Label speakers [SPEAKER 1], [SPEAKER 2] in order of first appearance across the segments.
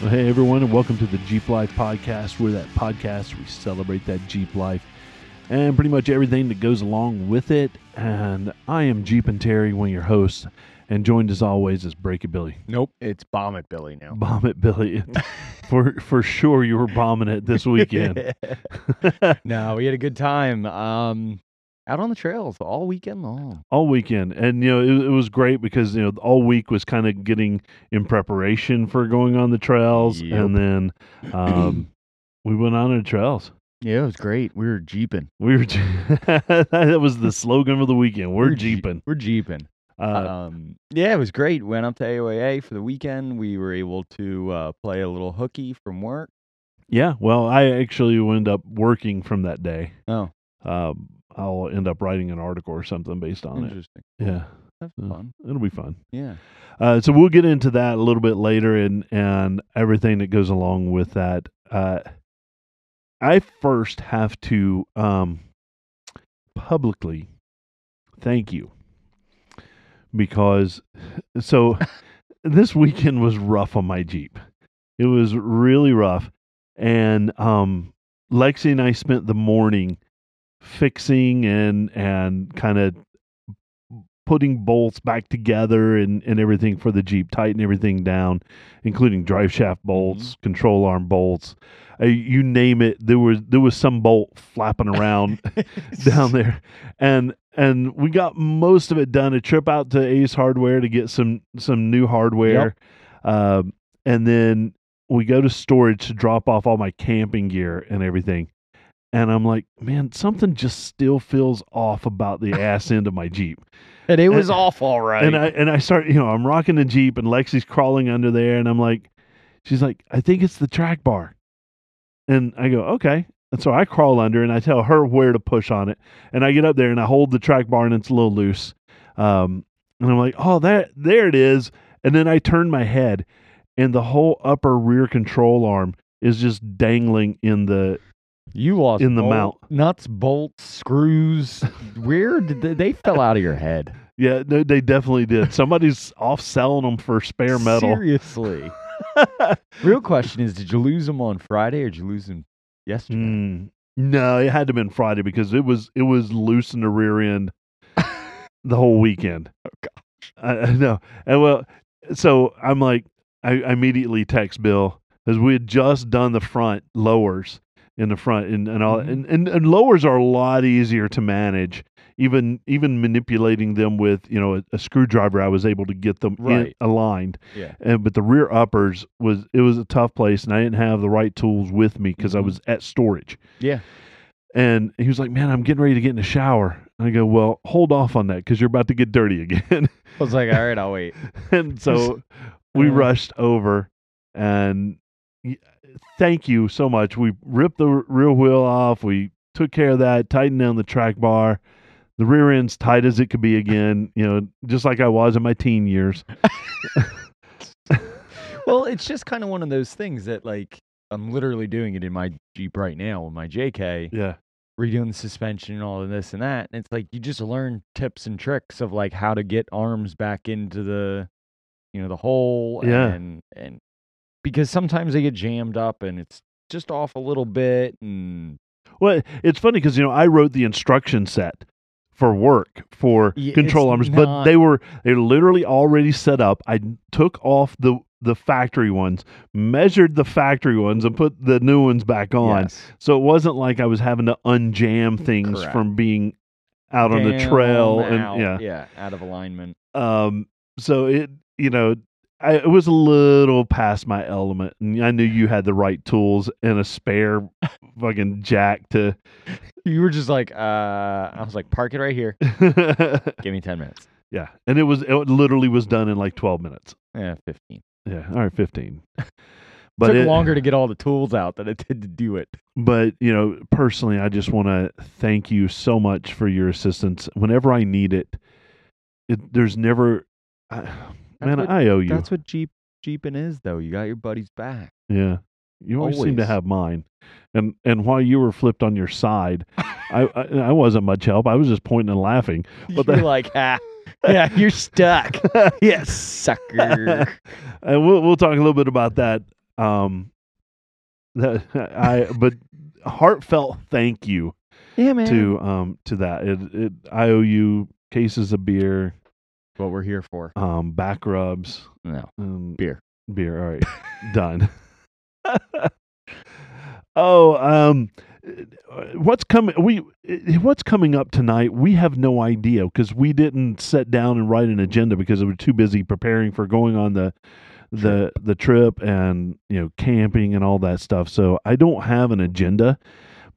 [SPEAKER 1] Well, Hey, everyone, and welcome to the Jeep Life Podcast. We're that podcast. We celebrate that Jeep life and pretty much everything that goes along with it. And I am Jeep and Terry, one of your hosts, and joined as always is Breakabilly.
[SPEAKER 2] Nope. It's Bomb It Billy now.
[SPEAKER 1] Bomb it, Billy. for, for sure, you were bombing it this weekend.
[SPEAKER 2] no, we had a good time. Um, out on the trails all weekend long.
[SPEAKER 1] all weekend and you know it, it was great because you know all week was kind of getting in preparation for going on the trails
[SPEAKER 2] Yep.
[SPEAKER 1] and then um we went on the trails
[SPEAKER 2] Yeah, it was great. We were jeeping.
[SPEAKER 1] we were je- that was the slogan for the weekend we're,
[SPEAKER 2] je-
[SPEAKER 1] jeeping
[SPEAKER 2] We're jeeping.
[SPEAKER 1] uh,
[SPEAKER 2] um, yeah, it was great. Went up to AOAA for the weekend. We were able to uh, play a little hooky from work.
[SPEAKER 1] yeah well i actually wound up working from that day
[SPEAKER 2] Oh,
[SPEAKER 1] um i'll end up writing an article or something based on it
[SPEAKER 2] interesting.
[SPEAKER 1] yeah
[SPEAKER 2] That's
[SPEAKER 1] Yeah.
[SPEAKER 2] fun.
[SPEAKER 1] it'll be fun
[SPEAKER 2] Yeah.
[SPEAKER 1] Uh, so we'll get into that a little bit later and and everything that goes along with that. Uh, I first have to um, publicly thank you because so this weekend was rough on my Jeep. It was really rough, and um, Lexi and I spent the morning fixing and and kind of putting bolts back together and, and everything for the Jeep, tighten everything down, including drive shaft bolts, control arm bolts, uh, you name it. There was there was some bolt flapping around down there, and and we got most of it done. A trip out to Ace Hardware to get some some new hardware, um, and then we go to storage to drop off all my camping gear and everything. And I'm like, man, something just still feels off about the ass end of my Jeep.
[SPEAKER 2] And it was
[SPEAKER 1] And-
[SPEAKER 2] off all right.
[SPEAKER 1] And I and I start, you know, I'm rocking the Jeep and Lexi's crawling under there and I'm like she's like, I think it's the track bar. And I go, Okay. And so I crawl under and I tell her where to push on it. And I get up there and I hold the track bar and it's a little loose. Um and I'm like, Oh that there it is. And then I turn my head and the whole upper rear control arm is just dangling in the
[SPEAKER 2] you lost
[SPEAKER 1] in the
[SPEAKER 2] bolt-
[SPEAKER 1] mount.
[SPEAKER 2] nuts, bolts, screws. Where did they, they fell out of your head?
[SPEAKER 1] yeah, no, they definitely did. Somebody's off selling them for spare metal.
[SPEAKER 2] Seriously. Real question is, did you lose them on Friday or did you lose them yesterday?
[SPEAKER 1] Mm. No, it had to have been Friday because it was it was loose in the rear end the whole weekend. Oh gosh. I, I know. And well so I'm like I, I immediately text Bill because we had just done the front lowers in the front and, and all
[SPEAKER 2] Mhm.
[SPEAKER 1] and, and, and lowers are a lot easier to manage. Even even manipulating them with, you know, a, a screwdriver I was able to get them in-
[SPEAKER 2] Right.
[SPEAKER 1] aligned
[SPEAKER 2] Yeah.
[SPEAKER 1] and but the rear uppers was it was a tough place and i didn't have the right tools with me because i
[SPEAKER 2] Mhm.
[SPEAKER 1] was at storage
[SPEAKER 2] Yeah.
[SPEAKER 1] and he was like man i'm getting ready to get in the shower and i go well hold off on that because you're about to get dirty again
[SPEAKER 2] I was like, all right, I'll wait.
[SPEAKER 1] and so we
[SPEAKER 2] Uh.
[SPEAKER 1] rushed over and y- thank you so much we ripped the r- rear wheel off we took care of that tightened down the track bar the rear end's tight as it could be again you know just like i was in my teen years
[SPEAKER 2] Well, it's just kind of one of those things that, like, I'm literally doing it in my Jeep right now with my JK,
[SPEAKER 1] yeah
[SPEAKER 2] redoing the suspension and all of this and that. And it's like, you just learn tips and tricks of, like, how to get arms back into the, you know, the hole.
[SPEAKER 1] Yeah.
[SPEAKER 2] And, and because sometimes they get jammed up and it's just off a little bit. And
[SPEAKER 1] Well, it's funny because you know I wrote the instruction set for work for
[SPEAKER 2] Yeah,
[SPEAKER 1] control arms,
[SPEAKER 2] it's
[SPEAKER 1] but
[SPEAKER 2] not-
[SPEAKER 1] they were they were literally already set up. I took off the the factory ones, measured the factory ones, and put the new ones back on.
[SPEAKER 2] Yes.
[SPEAKER 1] So it wasn't like I was having to unjam things
[SPEAKER 2] Mm, Correct.
[SPEAKER 1] from being out on the
[SPEAKER 2] Down,
[SPEAKER 1] trail
[SPEAKER 2] out,
[SPEAKER 1] and yeah.
[SPEAKER 2] yeah, out of alignment.
[SPEAKER 1] Um, so it you know. I, it was a little past my element, and I knew you had the right tools and a spare fucking jack to
[SPEAKER 2] You were just like, uh, I was like, park it right here. Give me 10 minutes.
[SPEAKER 1] Yeah, and it was it literally was done in like twelve minutes.
[SPEAKER 2] Yeah, 15.
[SPEAKER 1] Yeah, all right, fifteen. But
[SPEAKER 2] Took
[SPEAKER 1] it-
[SPEAKER 2] longer to get all the tools out than it did to do it.
[SPEAKER 1] But you know, personally, I just want to thank you so much for your assistance. Whenever I need it, it there's never, I, man,
[SPEAKER 2] what-
[SPEAKER 1] I owe you.
[SPEAKER 2] That's what Jeep Jeeping is, though. You got your buddies back.
[SPEAKER 1] yeah, you always, seem to
[SPEAKER 2] Always.
[SPEAKER 1] have mine. And and while you were flipped on your side, I, I I wasn't much help. I was just pointing and laughing.
[SPEAKER 2] But
[SPEAKER 1] But
[SPEAKER 2] You're
[SPEAKER 1] that-
[SPEAKER 2] like, ah, yeah, you're stuck. yes, sucker.
[SPEAKER 1] and we'll we'll talk a little bit about that Um, that I but heartfelt thank you
[SPEAKER 2] Yeah, man.
[SPEAKER 1] to um to that. It, it I owe you cases of beer,
[SPEAKER 2] What we're here for.
[SPEAKER 1] um, back rubs,
[SPEAKER 2] No.
[SPEAKER 1] um,
[SPEAKER 2] Beer.
[SPEAKER 1] beer. All right, done. oh, um, what's coming? We what's coming up tonight? We have no idea because we didn't sit down and write an agenda because we were too busy preparing for going on the the the trip and you know camping and all that stuff. So I don't have an agenda.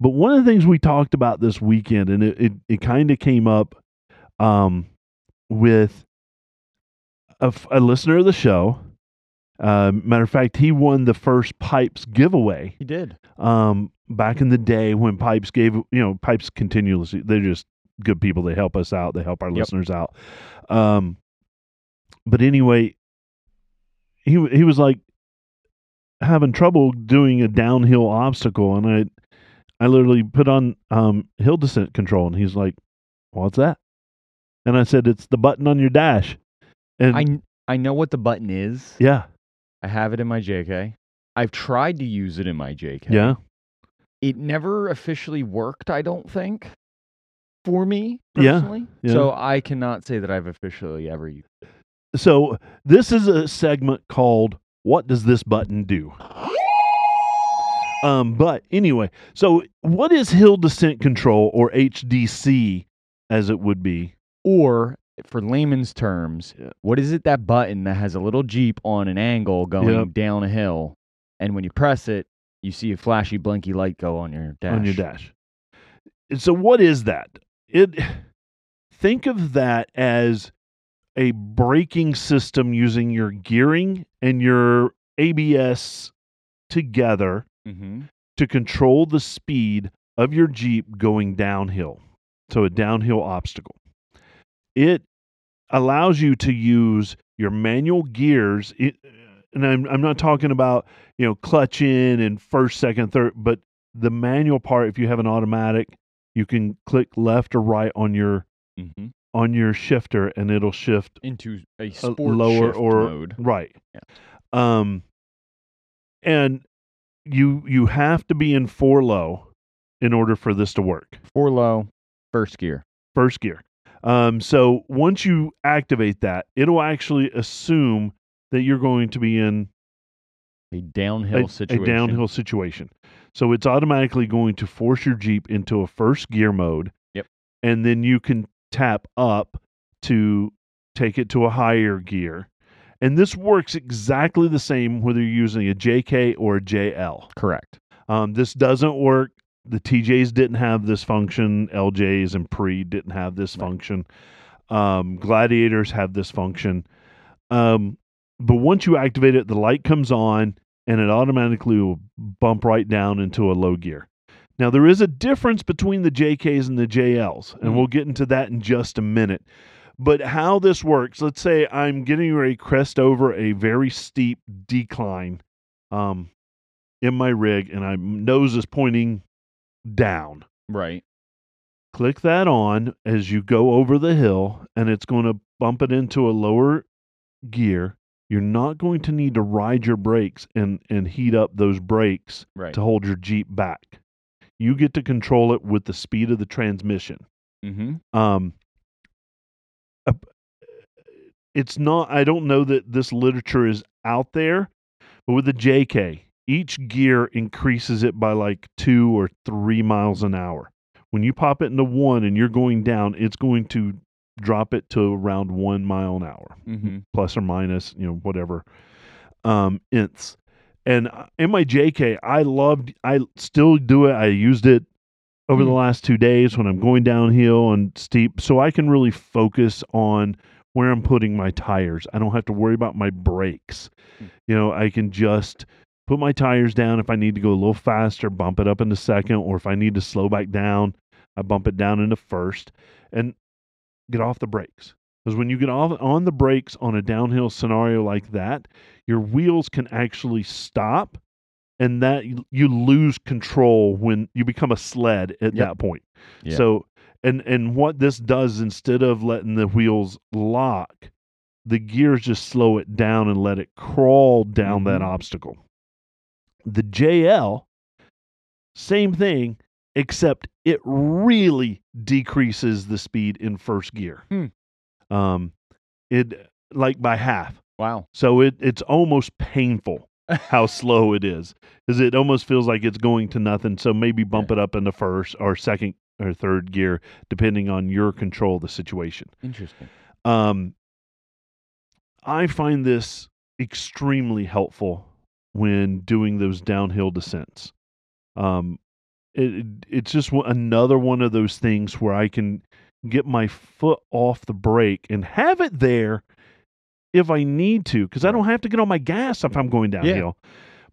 [SPEAKER 1] But one of the things we talked about this weekend, and it it, it kind of came up, um, with a, f- a listener of the show. Uh, matter of fact, he won the first Pipes giveaway
[SPEAKER 2] He did.
[SPEAKER 1] um, back in the day when Pipes gave, you know, Pipes continuously, they're just good people. They help us out, they help our
[SPEAKER 2] Yep.
[SPEAKER 1] listeners out. Um, but anyway, he, he was like having trouble doing a downhill obstacle. And I, I literally put on um, hill descent control, and he's like, What's that? And I said, It's the button on your dash. And
[SPEAKER 2] I, kn- I know what the button is.
[SPEAKER 1] yeah,
[SPEAKER 2] I have it in my JK. I've tried to use it in my JK.
[SPEAKER 1] yeah,
[SPEAKER 2] It never officially worked, I don't think, for me
[SPEAKER 1] Yeah,
[SPEAKER 2] personally.
[SPEAKER 1] yeah.
[SPEAKER 2] So I cannot say that I've officially ever used
[SPEAKER 1] So this is a segment called "What Does This Button Do?" Um, but anyway, so what is hill descent control or HDC, as it would be?
[SPEAKER 2] Or, for layman's terms,
[SPEAKER 1] Yeah.
[SPEAKER 2] what is it that button that has a little Jeep on an angle going
[SPEAKER 1] Yep.
[SPEAKER 2] down a hill? And when you press it, you see a flashy, blinky light go on your dash.
[SPEAKER 1] on your dash. And So what is that? It think of that as a braking system using your gearing and your ABS together
[SPEAKER 2] Mm-hmm.
[SPEAKER 1] to control the speed of your Jeep going downhill. So, a downhill obstacle. It allows you to use your manual gears. It, and I'm, I'm not talking about, you know, clutch in and first, second, third, but the manual part, if you have an automatic, you can click left or right on your
[SPEAKER 2] Mm-hmm.
[SPEAKER 1] on your shifter and it'll shift
[SPEAKER 2] Into a
[SPEAKER 1] a
[SPEAKER 2] sport
[SPEAKER 1] lower
[SPEAKER 2] shift
[SPEAKER 1] or
[SPEAKER 2] mode.
[SPEAKER 1] right um and you you have to be in four low in order for this to work
[SPEAKER 2] Four low, first gear.
[SPEAKER 1] first gear um so once you activate that it'll actually assume that you're going to be in
[SPEAKER 2] A downhill
[SPEAKER 1] a,
[SPEAKER 2] situation.
[SPEAKER 1] a downhill situation so it's automatically going to force your jeep into a first gear mode
[SPEAKER 2] Yep.
[SPEAKER 1] and then you can tap up to take it to a higher gear and this works exactly the same whether you're using a jk or a jl
[SPEAKER 2] Correct.
[SPEAKER 1] um, this doesn't work. The TJs didn't have this function. LJs and pre didn't have this
[SPEAKER 2] Right.
[SPEAKER 1] function. Um, gladiators have this function. Um, but once you activate it, the light comes on and it automatically will bump right down into a low gear. Now, there is a difference between the JKs and the JLs, and
[SPEAKER 2] Mhm.
[SPEAKER 1] we'll get into that in just a minute. But how this works, let's say I'm getting ready to crest over a very steep decline um, in my rig, and my nose is pointing down.
[SPEAKER 2] Right.
[SPEAKER 1] Click that on as you go over the hill, and it's going to bump it into a lower gear. You're not going to need to ride your brakes and, and heat up those brakes
[SPEAKER 2] Right.
[SPEAKER 1] to hold your Jeep back. You get to control it with the speed of the transmission
[SPEAKER 2] Mm-hmm.
[SPEAKER 1] um a- it's not i don't know that this literature is out there but with the jk each gear increases it by like two or three miles an hour when you pop it into one and you're going down it's going to drop it to around one mile an hour
[SPEAKER 2] Mm-hmm.
[SPEAKER 1] plus or minus, you know, whatever um, ints. And uh, in my JK, I loved, I still do it. I used it over the
[SPEAKER 2] Hmm.
[SPEAKER 1] last two days when I'm going downhill and steep, so I can really focus on where I'm putting my tires. I don't have to worry about my brakes.
[SPEAKER 2] Hmm.
[SPEAKER 1] You know, I can just put my tires down if I need to go a little faster, bump it up into second, or if I need to slow back down, I bump it down into first and get off the brakes. Because when you get off on the brakes on a downhill scenario like that, your wheels can actually stop, and that you lose control when you become a sled at
[SPEAKER 2] Yep.
[SPEAKER 1] that point.
[SPEAKER 2] Yeah.
[SPEAKER 1] So, and and what this does instead of letting the wheels lock, the gears just slow it down and let it crawl down that
[SPEAKER 2] Mhm.
[SPEAKER 1] obstacle. The JL, same thing, except it really decreases the speed in first gear.
[SPEAKER 2] Hmm.
[SPEAKER 1] Um, it like by half.
[SPEAKER 2] Wow.
[SPEAKER 1] So it it's almost painful how slow it is. Because it almost feels like it's going to nothing. So maybe bump it up into first or second or third gear, depending on your control of the situation.
[SPEAKER 2] Interesting.
[SPEAKER 1] Um, I find this extremely helpful when doing those downhill descents. Um, it, it- it's just one- another one of those things where I can get my foot off the brake and have it there if I need to, because I don't have to get on my gas if I'm going downhill.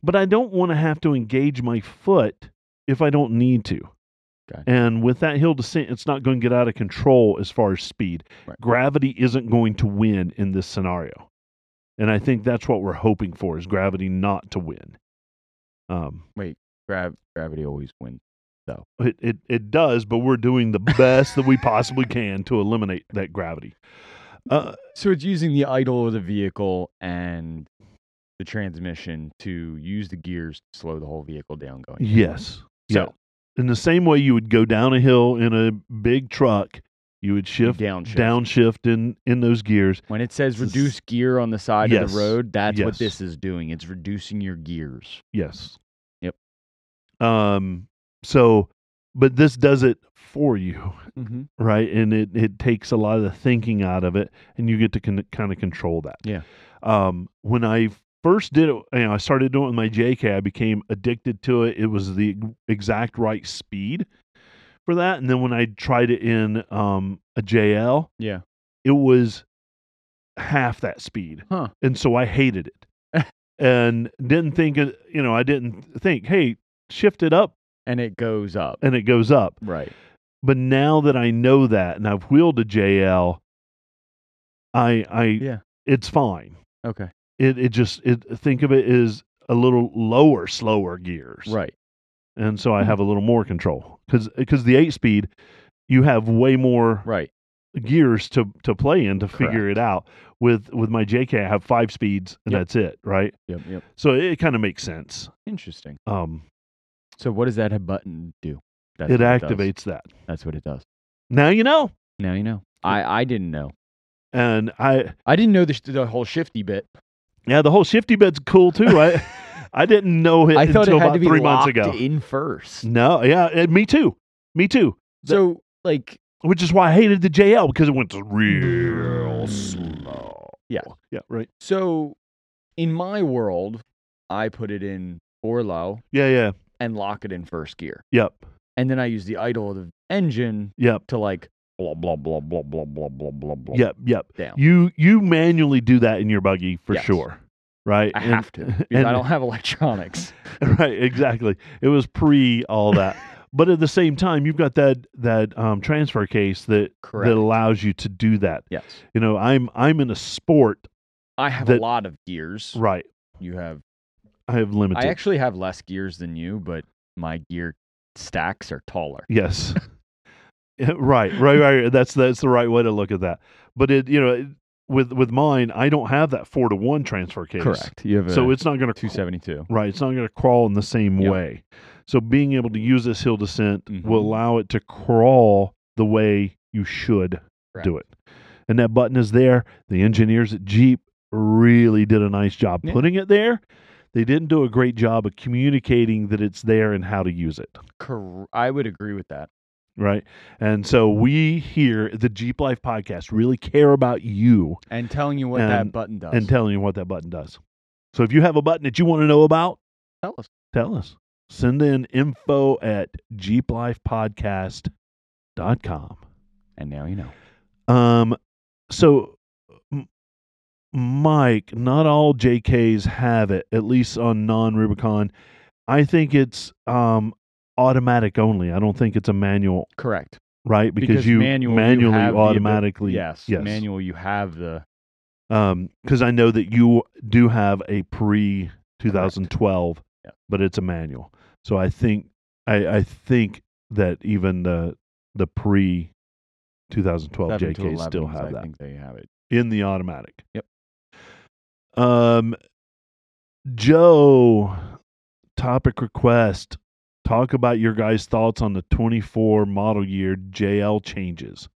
[SPEAKER 1] But I don't want to have to engage my foot if I don't need to.
[SPEAKER 2] Gotcha.
[SPEAKER 1] And with that hill descent, it's not going to get out of control as far as speed
[SPEAKER 2] Right.
[SPEAKER 1] gravity isn't going to win in this scenario. And I think that's what we're hoping for is gravity not to win. Um,
[SPEAKER 2] Grav- gravity always wins.
[SPEAKER 1] it, it, it does, but we're doing the best that we possibly can to eliminate that gravity. Uh,
[SPEAKER 2] So it's using the idle of the vehicle and the transmission to use the gears to slow the whole vehicle down going.
[SPEAKER 1] yes.
[SPEAKER 2] So
[SPEAKER 1] yeah. In the same way you would go down a hill in a big truck, you would
[SPEAKER 2] you
[SPEAKER 1] shift,
[SPEAKER 2] downshift.
[SPEAKER 1] downshift in, in those gears.
[SPEAKER 2] When it says
[SPEAKER 1] This is-
[SPEAKER 2] reduce gear on the side of
[SPEAKER 1] Yes.
[SPEAKER 2] the road, that's
[SPEAKER 1] Yes.
[SPEAKER 2] what this is doing. It's reducing your gears.
[SPEAKER 1] Yes.
[SPEAKER 2] Yep.
[SPEAKER 1] Um, so, but this does it for you.
[SPEAKER 2] Mm-hmm.
[SPEAKER 1] right? And it it takes a lot of the thinking out of it, and you get to con- kind of control that.
[SPEAKER 2] Yeah. Um,
[SPEAKER 1] Um, when I first did it, you know, I started doing it with my JK. I became addicted to it. It was the exact right speed for that. And then when I tried it in um, a JL,
[SPEAKER 2] Yeah.
[SPEAKER 1] it was half that speed.
[SPEAKER 2] Huh.
[SPEAKER 1] And so I hated it, and didn't think it. You know, I didn't think, hey, shift it up,
[SPEAKER 2] And it goes up.
[SPEAKER 1] and it goes up.
[SPEAKER 2] Right.
[SPEAKER 1] But now that I know that and I've wheeled a JL, I I
[SPEAKER 2] Yeah.
[SPEAKER 1] it's fine.
[SPEAKER 2] Okay.
[SPEAKER 1] It it just it think of it as a little lower, slower gears.
[SPEAKER 2] Right.
[SPEAKER 1] And so I
[SPEAKER 2] Hmm.
[SPEAKER 1] have a little more control cuz cuz the 8 speed you have way more
[SPEAKER 2] Right.
[SPEAKER 1] gears to to play in to figure it out. With with my JK I have 5 speeds and
[SPEAKER 2] Yep.
[SPEAKER 1] that's it, right?
[SPEAKER 2] Yep. Yep.
[SPEAKER 1] So it kind of makes sense.
[SPEAKER 2] Interesting.
[SPEAKER 1] Um
[SPEAKER 2] So what does that head button do? That's
[SPEAKER 1] it
[SPEAKER 2] what does.
[SPEAKER 1] activates that.
[SPEAKER 2] That's what it does.
[SPEAKER 1] Now you know.
[SPEAKER 2] Now you know. I I didn't know.
[SPEAKER 1] And I
[SPEAKER 2] I didn't know the sh- the whole shifty bit.
[SPEAKER 1] Yeah, the whole shifty bed's cool too. I I didn't know it
[SPEAKER 2] I
[SPEAKER 1] until
[SPEAKER 2] thought it had
[SPEAKER 1] about
[SPEAKER 2] to be
[SPEAKER 1] three months
[SPEAKER 2] locked
[SPEAKER 1] ago.
[SPEAKER 2] in first.
[SPEAKER 1] No, yeah, eh, me too. Me too. That-
[SPEAKER 2] So like
[SPEAKER 1] Which is why I hated the JL because it went real slow.
[SPEAKER 2] Yeah.
[SPEAKER 1] Yeah, right.
[SPEAKER 2] so in my world, I put it in four low
[SPEAKER 1] Yeah, yeah.
[SPEAKER 2] and lock it in first gear.
[SPEAKER 1] Yep.
[SPEAKER 2] And then I use the idle of the engine
[SPEAKER 1] Yep.
[SPEAKER 2] to like blah blah blah blah blah blah blah blah blah.
[SPEAKER 1] Yep. Yep.
[SPEAKER 2] Down.
[SPEAKER 1] You you manually do that in your buggy for
[SPEAKER 2] Yes.
[SPEAKER 1] sure. Right?
[SPEAKER 2] I
[SPEAKER 1] And-
[SPEAKER 2] have to because
[SPEAKER 1] and-
[SPEAKER 2] I don't have electronics.
[SPEAKER 1] right, exactly. It was pre all that. but at the same time, you've got that that um, transfer case that
[SPEAKER 2] Correct.
[SPEAKER 1] that allows you to do that.
[SPEAKER 2] yes.
[SPEAKER 1] You know, I'm I'm in a sport,
[SPEAKER 2] I have
[SPEAKER 1] That-
[SPEAKER 2] a lot of gears.
[SPEAKER 1] right?
[SPEAKER 2] You have
[SPEAKER 1] I have limited.
[SPEAKER 2] I actually have less gears than you, but my gear stacks are taller.
[SPEAKER 1] Yes. Yeah, right, right, right. That's that's the right way to look at that. But it, you know, it- with with mine, I don't have that four to one transfer case.
[SPEAKER 2] You have
[SPEAKER 1] So it's not going to
[SPEAKER 2] two seventy two.
[SPEAKER 1] right. It's not going to crawl in the same
[SPEAKER 2] Yep.
[SPEAKER 1] way. So being able to use this hill descent
[SPEAKER 2] Mhm.
[SPEAKER 1] will allow it to crawl the way you should do it. And that button is there. The engineers at Jeep really did a nice job
[SPEAKER 2] Yeah.
[SPEAKER 1] putting it there. They didn't do a great job of communicating that it's there and how to use it.
[SPEAKER 2] Cor- I would agree with that.
[SPEAKER 1] right? And so we here at the Jeep Life podcast really care about you
[SPEAKER 2] And telling you what
[SPEAKER 1] And-
[SPEAKER 2] that button does.
[SPEAKER 1] and telling you what that button does. So if you have a button that you want to know about,
[SPEAKER 2] tell us.
[SPEAKER 1] tell us. Send in info at jeeplifepodcast.com.
[SPEAKER 2] And now you know.
[SPEAKER 1] Um, so, M- Mike, not all JKs have it, at least on non Rubicon. I think it's um, automatic only. I don't think it's a manual
[SPEAKER 2] Correct.
[SPEAKER 1] right? Because, you
[SPEAKER 2] manual,
[SPEAKER 1] manually
[SPEAKER 2] have the abi-
[SPEAKER 1] automatically
[SPEAKER 2] yes,
[SPEAKER 1] yes.
[SPEAKER 2] Manual you have the
[SPEAKER 1] because Um, I know that you do have a pre 2012,
[SPEAKER 2] Yeah.
[SPEAKER 1] but it's a manual. So I think I, I think that even the the pre 2012
[SPEAKER 2] 7 to
[SPEAKER 1] JK still
[SPEAKER 2] 11s,
[SPEAKER 1] have
[SPEAKER 2] I
[SPEAKER 1] that
[SPEAKER 2] think they have it.
[SPEAKER 1] in the automatic.
[SPEAKER 2] Yep.
[SPEAKER 1] Um, Joe topic request. Talk about your guys' thoughts on the 24 model year JL changes.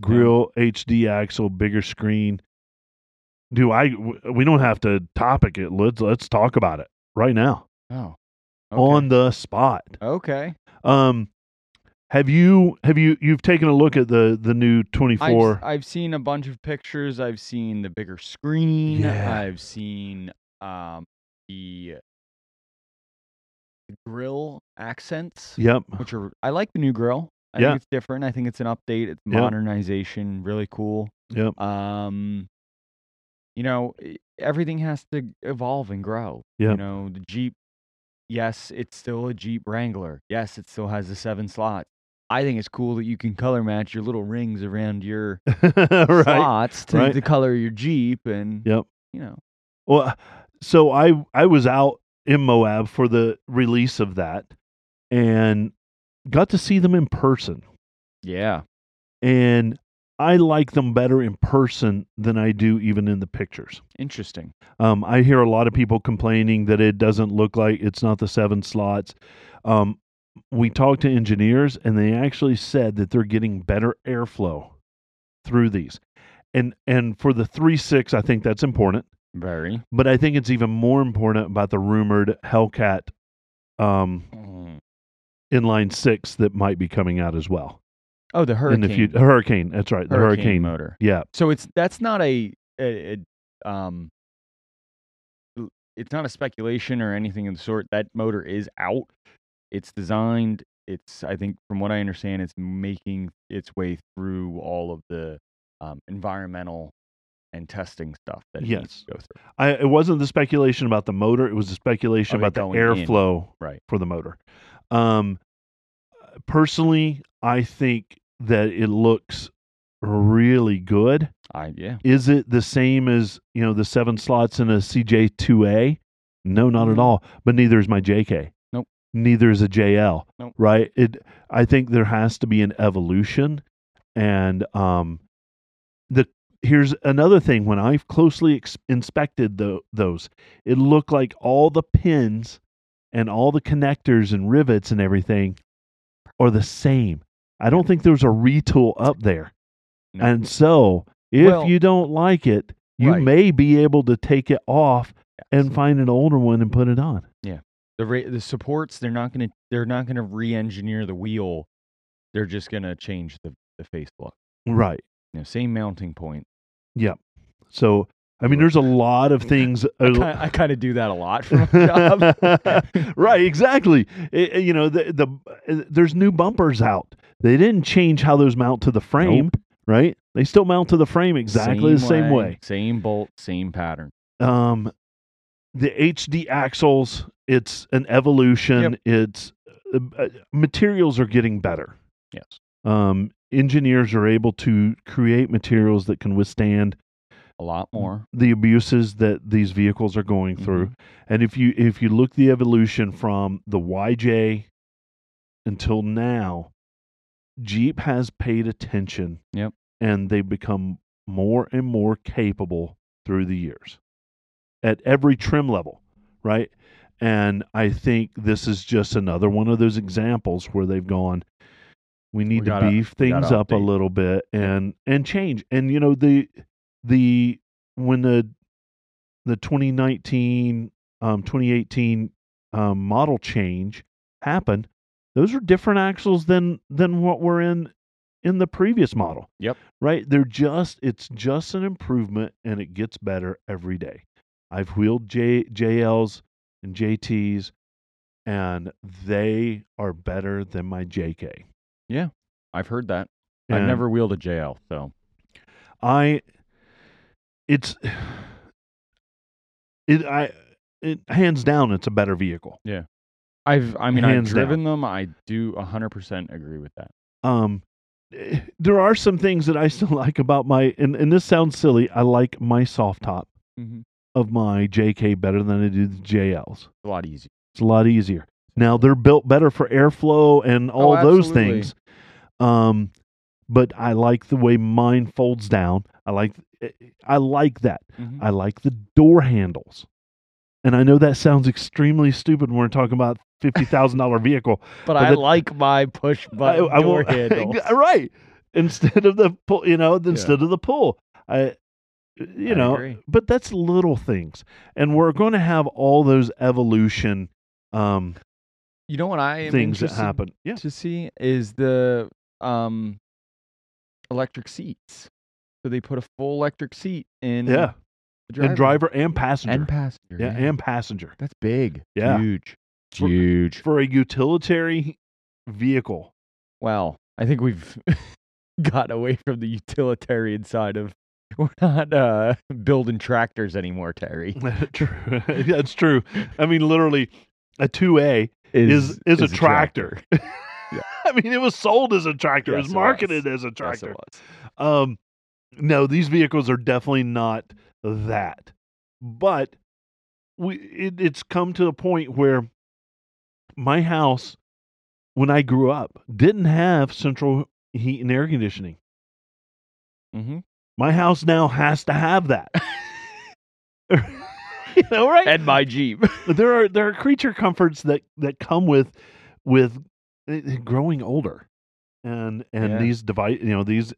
[SPEAKER 1] Grill, HD axle, bigger screen. Do I? w- We don't have to topic it. Let's let's talk about it right now
[SPEAKER 2] Oh.
[SPEAKER 1] on the spot.
[SPEAKER 2] Okay.
[SPEAKER 1] Um, have you have you you've taken a look at the the new 24?
[SPEAKER 2] I've, I've seen a bunch of pictures. I've seen the bigger screen.
[SPEAKER 1] Yeah.
[SPEAKER 2] I've seen um, the, the grill accents,
[SPEAKER 1] Yep.
[SPEAKER 2] which are I like the new grill. I
[SPEAKER 1] Yeah.
[SPEAKER 2] think it's different. I think it's an update. It's
[SPEAKER 1] Yeah.
[SPEAKER 2] modernization. Really cool.
[SPEAKER 1] Yep.
[SPEAKER 2] Um, you know, i- everything has to evolve and grow.
[SPEAKER 1] Yeah.
[SPEAKER 2] You know, the Jeep. Yes, it's still a Jeep Wrangler. Yes, it still has the seven slots. I think it's cool that you can color match your little rings around your
[SPEAKER 1] right.
[SPEAKER 2] slots to
[SPEAKER 1] right.
[SPEAKER 2] the color of your Jeep and
[SPEAKER 1] Yep.
[SPEAKER 2] you know.
[SPEAKER 1] Well, so I I was out in Moab for the release of that, and got to see them in person,
[SPEAKER 2] Yeah.
[SPEAKER 1] and I like them better in person than I do even in the pictures.
[SPEAKER 2] Interesting.
[SPEAKER 1] Um, I hear a lot of people complaining that it doesn't look like it's not the seven slots. Um, we talked to engineers, and they actually said that they're getting better airflow through these. And and for the three six, I think that's important.
[SPEAKER 2] Very.
[SPEAKER 1] But I think it's even more important about the rumored Hellcat um, inline six that might be coming out as well
[SPEAKER 2] Oh, the hurricane.
[SPEAKER 1] in the future. Hurricane, that's right, the
[SPEAKER 2] hurricane,
[SPEAKER 1] hurricane.
[SPEAKER 2] motor.
[SPEAKER 1] Yeah,
[SPEAKER 2] So it's that's not a, a, a um l- it's not a speculation or anything of the sort. That motor is out. It's designed. It's I think from what I understand, it's making its way through all of the um, environmental and testing stuff that it needs
[SPEAKER 1] Yes.
[SPEAKER 2] to go through.
[SPEAKER 1] I, it wasn't the speculation about the motor; it was the speculation
[SPEAKER 2] Of Oh, it
[SPEAKER 1] about the
[SPEAKER 2] going in.
[SPEAKER 1] airflow
[SPEAKER 2] Right.
[SPEAKER 1] for the motor. Um, personally, I think that it looks really good.
[SPEAKER 2] I yeah.
[SPEAKER 1] Is it the same as you know the seven slots in a CJ2A? No, not at
[SPEAKER 2] Mm.
[SPEAKER 1] all. But neither is my JK.
[SPEAKER 2] Nope.
[SPEAKER 1] Neither is a JL.
[SPEAKER 2] Nope.
[SPEAKER 1] Right. It. I think there has to be an evolution, and um, the here's another thing. When I've closely ex- inspected the, those, it looked like all the pins and all the connectors and rivets and everything are the same. I don't think there's a retool up there.
[SPEAKER 2] No.
[SPEAKER 1] And so, if
[SPEAKER 2] Well-
[SPEAKER 1] you don't like it, you
[SPEAKER 2] Right.
[SPEAKER 1] may be able to take it off
[SPEAKER 2] Yes.
[SPEAKER 1] and find an older one and put it on.
[SPEAKER 2] the ra- the supports they're not going to they're not going to re-engineer the wheel they're just going to change the the face look
[SPEAKER 1] Right.
[SPEAKER 2] you know same mounting point
[SPEAKER 1] So, I mean, there's a lot of things.
[SPEAKER 2] i, ki- I kind of do that a lot for my job
[SPEAKER 1] right, exactly. It- it- you know, the, the uh, there's new bumpers out. They didn't change how those mount to the frame, right? They still mount to the frame exactly the same way.
[SPEAKER 2] same bolt same pattern
[SPEAKER 1] um the hd axles it's an evolution it's uh, uh, materials are getting better
[SPEAKER 2] yes
[SPEAKER 1] um engineers are able to create materials that can withstand
[SPEAKER 2] a lot
[SPEAKER 1] Mm.
[SPEAKER 2] more
[SPEAKER 1] the abuses that these vehicles are going
[SPEAKER 2] Mm-hmm.
[SPEAKER 1] through and if you if you look the evolution from the yj until now jeep has paid attention
[SPEAKER 2] Yep.
[SPEAKER 1] and they've become more and more capable through the years at every trim level right and i think this is just another one of those examples where they've gone we need
[SPEAKER 2] gotta-
[SPEAKER 1] to beef
[SPEAKER 2] we gotta
[SPEAKER 1] things up a
[SPEAKER 2] update."
[SPEAKER 1] little bit and and change and you know the the when the the 2019 um 2018 um, model change happened those are different axles than than what were in in the previous model
[SPEAKER 2] Yep.
[SPEAKER 1] right they're just it's just an improvement and it gets better every day i've wheeled J, jls and jts and they are better than my jk
[SPEAKER 2] i've heard that i've
[SPEAKER 1] And
[SPEAKER 2] never wheeled a jl so
[SPEAKER 1] i it's it i it hands down it's a better vehicle
[SPEAKER 2] i've i mean i've
[SPEAKER 1] Hands down.
[SPEAKER 2] driven them i do 100% agree with that
[SPEAKER 1] um eh, there are some things that I still like about my and, and this sounds silly, I like my soft top
[SPEAKER 2] Mhm.
[SPEAKER 1] of my JK better than I do the JLs.
[SPEAKER 2] it's a lot easier
[SPEAKER 1] It's a lot easier. Now they're built better for airflow and all those
[SPEAKER 2] absolutely.
[SPEAKER 1] things. Um but I like the way mine folds down. I like eh, I like that.
[SPEAKER 2] Mhm.
[SPEAKER 1] I like the door handles. And I know that sounds extremely stupid when we're talking about fifty thousand dollar vehicle.
[SPEAKER 2] But, I
[SPEAKER 1] that-
[SPEAKER 2] like my push button
[SPEAKER 1] I- I
[SPEAKER 2] door
[SPEAKER 1] won't-
[SPEAKER 2] handle.
[SPEAKER 1] right. Instead of the pull, you know,
[SPEAKER 2] Yeah.
[SPEAKER 1] instead of the pull, I, you
[SPEAKER 2] I
[SPEAKER 1] know,
[SPEAKER 2] agree.
[SPEAKER 1] but that's little things, and we're going to have all those evolution um,
[SPEAKER 2] You know what I am
[SPEAKER 1] things that
[SPEAKER 2] interested
[SPEAKER 1] happen. Yeah.
[SPEAKER 2] to see is the um electric seats. So they put a full electric seat in
[SPEAKER 1] Yeah.
[SPEAKER 2] the
[SPEAKER 1] And driver and passenger.
[SPEAKER 2] and passenger.
[SPEAKER 1] yeah, and passenger
[SPEAKER 2] that's big.
[SPEAKER 1] Yeah.
[SPEAKER 2] Huge.
[SPEAKER 1] For-
[SPEAKER 2] Huge.
[SPEAKER 1] for a utilitarian vehicle.
[SPEAKER 2] Wow. I think we've gotten away from the utilitarian side of we're not uh, building tractors anymore, Terry.
[SPEAKER 1] true. That's true. I mean, literally, a two A is is, a tractor.
[SPEAKER 2] Yeah.
[SPEAKER 1] I mean, it was sold as a tractor. it
[SPEAKER 2] Yes,
[SPEAKER 1] was
[SPEAKER 2] it
[SPEAKER 1] marketed as a
[SPEAKER 2] Yes, it
[SPEAKER 1] tractor.
[SPEAKER 2] was.
[SPEAKER 1] um, no, these vehicles are definitely not that. But we, it, it's come to a point where my house, when I grew up, didn't have central heat and air conditioning.
[SPEAKER 2] Mhm.
[SPEAKER 1] My house now has to have that. you know, right?
[SPEAKER 2] And my Jeep.
[SPEAKER 1] But there are there are creature comforts that that come with with eh, eh, growing older and and
[SPEAKER 2] Yeah.
[SPEAKER 1] these device you know these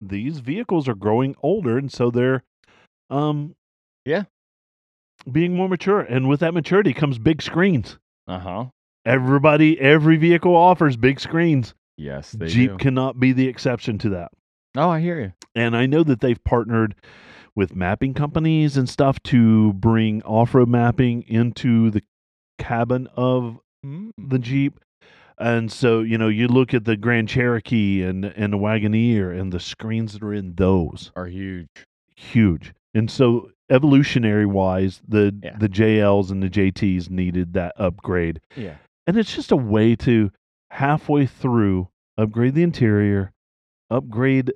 [SPEAKER 1] these vehicles are growing older and so they're um
[SPEAKER 2] Yeah.
[SPEAKER 1] being more mature and with that maturity comes big screens
[SPEAKER 2] Uh huh.
[SPEAKER 1] everybody every vehicle offers big screens
[SPEAKER 2] Yes, they
[SPEAKER 1] jeep
[SPEAKER 2] do.
[SPEAKER 1] cannot be the exception to that
[SPEAKER 2] oh, I hear you.
[SPEAKER 1] and I know that they've partnered with mapping companies and stuff to bring off road mapping into the cabin of the Jeep. And so, you know, you look at the Grand Cherokee and, and the Wagoneer and the screens that are in those,
[SPEAKER 2] Are huge.
[SPEAKER 1] huge. And so, evolutionary wise, the,
[SPEAKER 2] Yeah.
[SPEAKER 1] the JLs and the JTs needed that upgrade.
[SPEAKER 2] Yeah.
[SPEAKER 1] And it's just a way to halfway through upgrade the interior, upgrade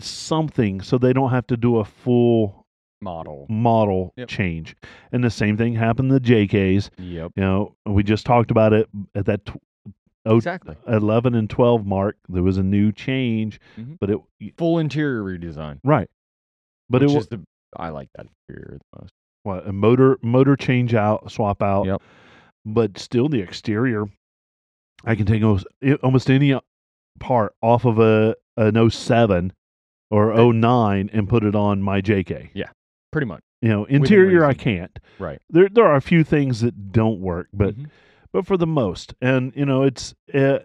[SPEAKER 1] something so they don't have to do a full
[SPEAKER 2] Model.
[SPEAKER 1] model
[SPEAKER 2] Yep.
[SPEAKER 1] change. And the same thing happened to JKs.
[SPEAKER 2] Yep.
[SPEAKER 1] You know, we just talked about it at that tw- Oh,
[SPEAKER 2] Exactly.
[SPEAKER 1] 11 and 12 mark. There was a new change,
[SPEAKER 2] Mhm.
[SPEAKER 1] but it,
[SPEAKER 2] Full interior redesign.
[SPEAKER 1] right. But
[SPEAKER 2] which
[SPEAKER 1] it was
[SPEAKER 2] is the I like that interior the most.
[SPEAKER 1] what, a motor motor change out, swap out.
[SPEAKER 2] Yep.
[SPEAKER 1] But still, the exterior, I can take almost, i- almost any uh, part off of a an 07 or 09 and put it on my JK.
[SPEAKER 2] Pretty much.
[SPEAKER 1] You know, interior I
[SPEAKER 2] reason.
[SPEAKER 1] can't.
[SPEAKER 2] Right.
[SPEAKER 1] There there are a few things that don't work, but
[SPEAKER 2] Mhm.
[SPEAKER 1] but for the most, and you know, it's uh,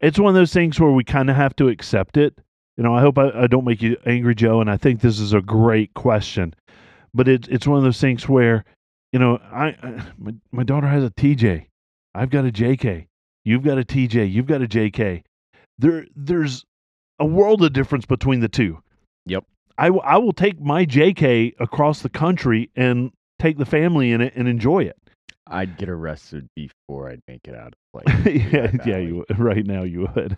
[SPEAKER 1] it's one of those things where we kind of have to accept it. You know, I hope I, I don't make you angry, Joe, and I think this is a great question, but it's it's one of those things where, you know, I, I my, my daughter has a TJ, I've got a JK, you've got a TJ, you've got a JK. There there's a world of difference between the two.
[SPEAKER 2] Yep.
[SPEAKER 1] I will- I will take my JK across the country and take the family in it and enjoy it.
[SPEAKER 2] I'd get arrested before I'd make it out of place.
[SPEAKER 1] yeah, yeah,
[SPEAKER 2] valley.
[SPEAKER 1] you would. right now you would.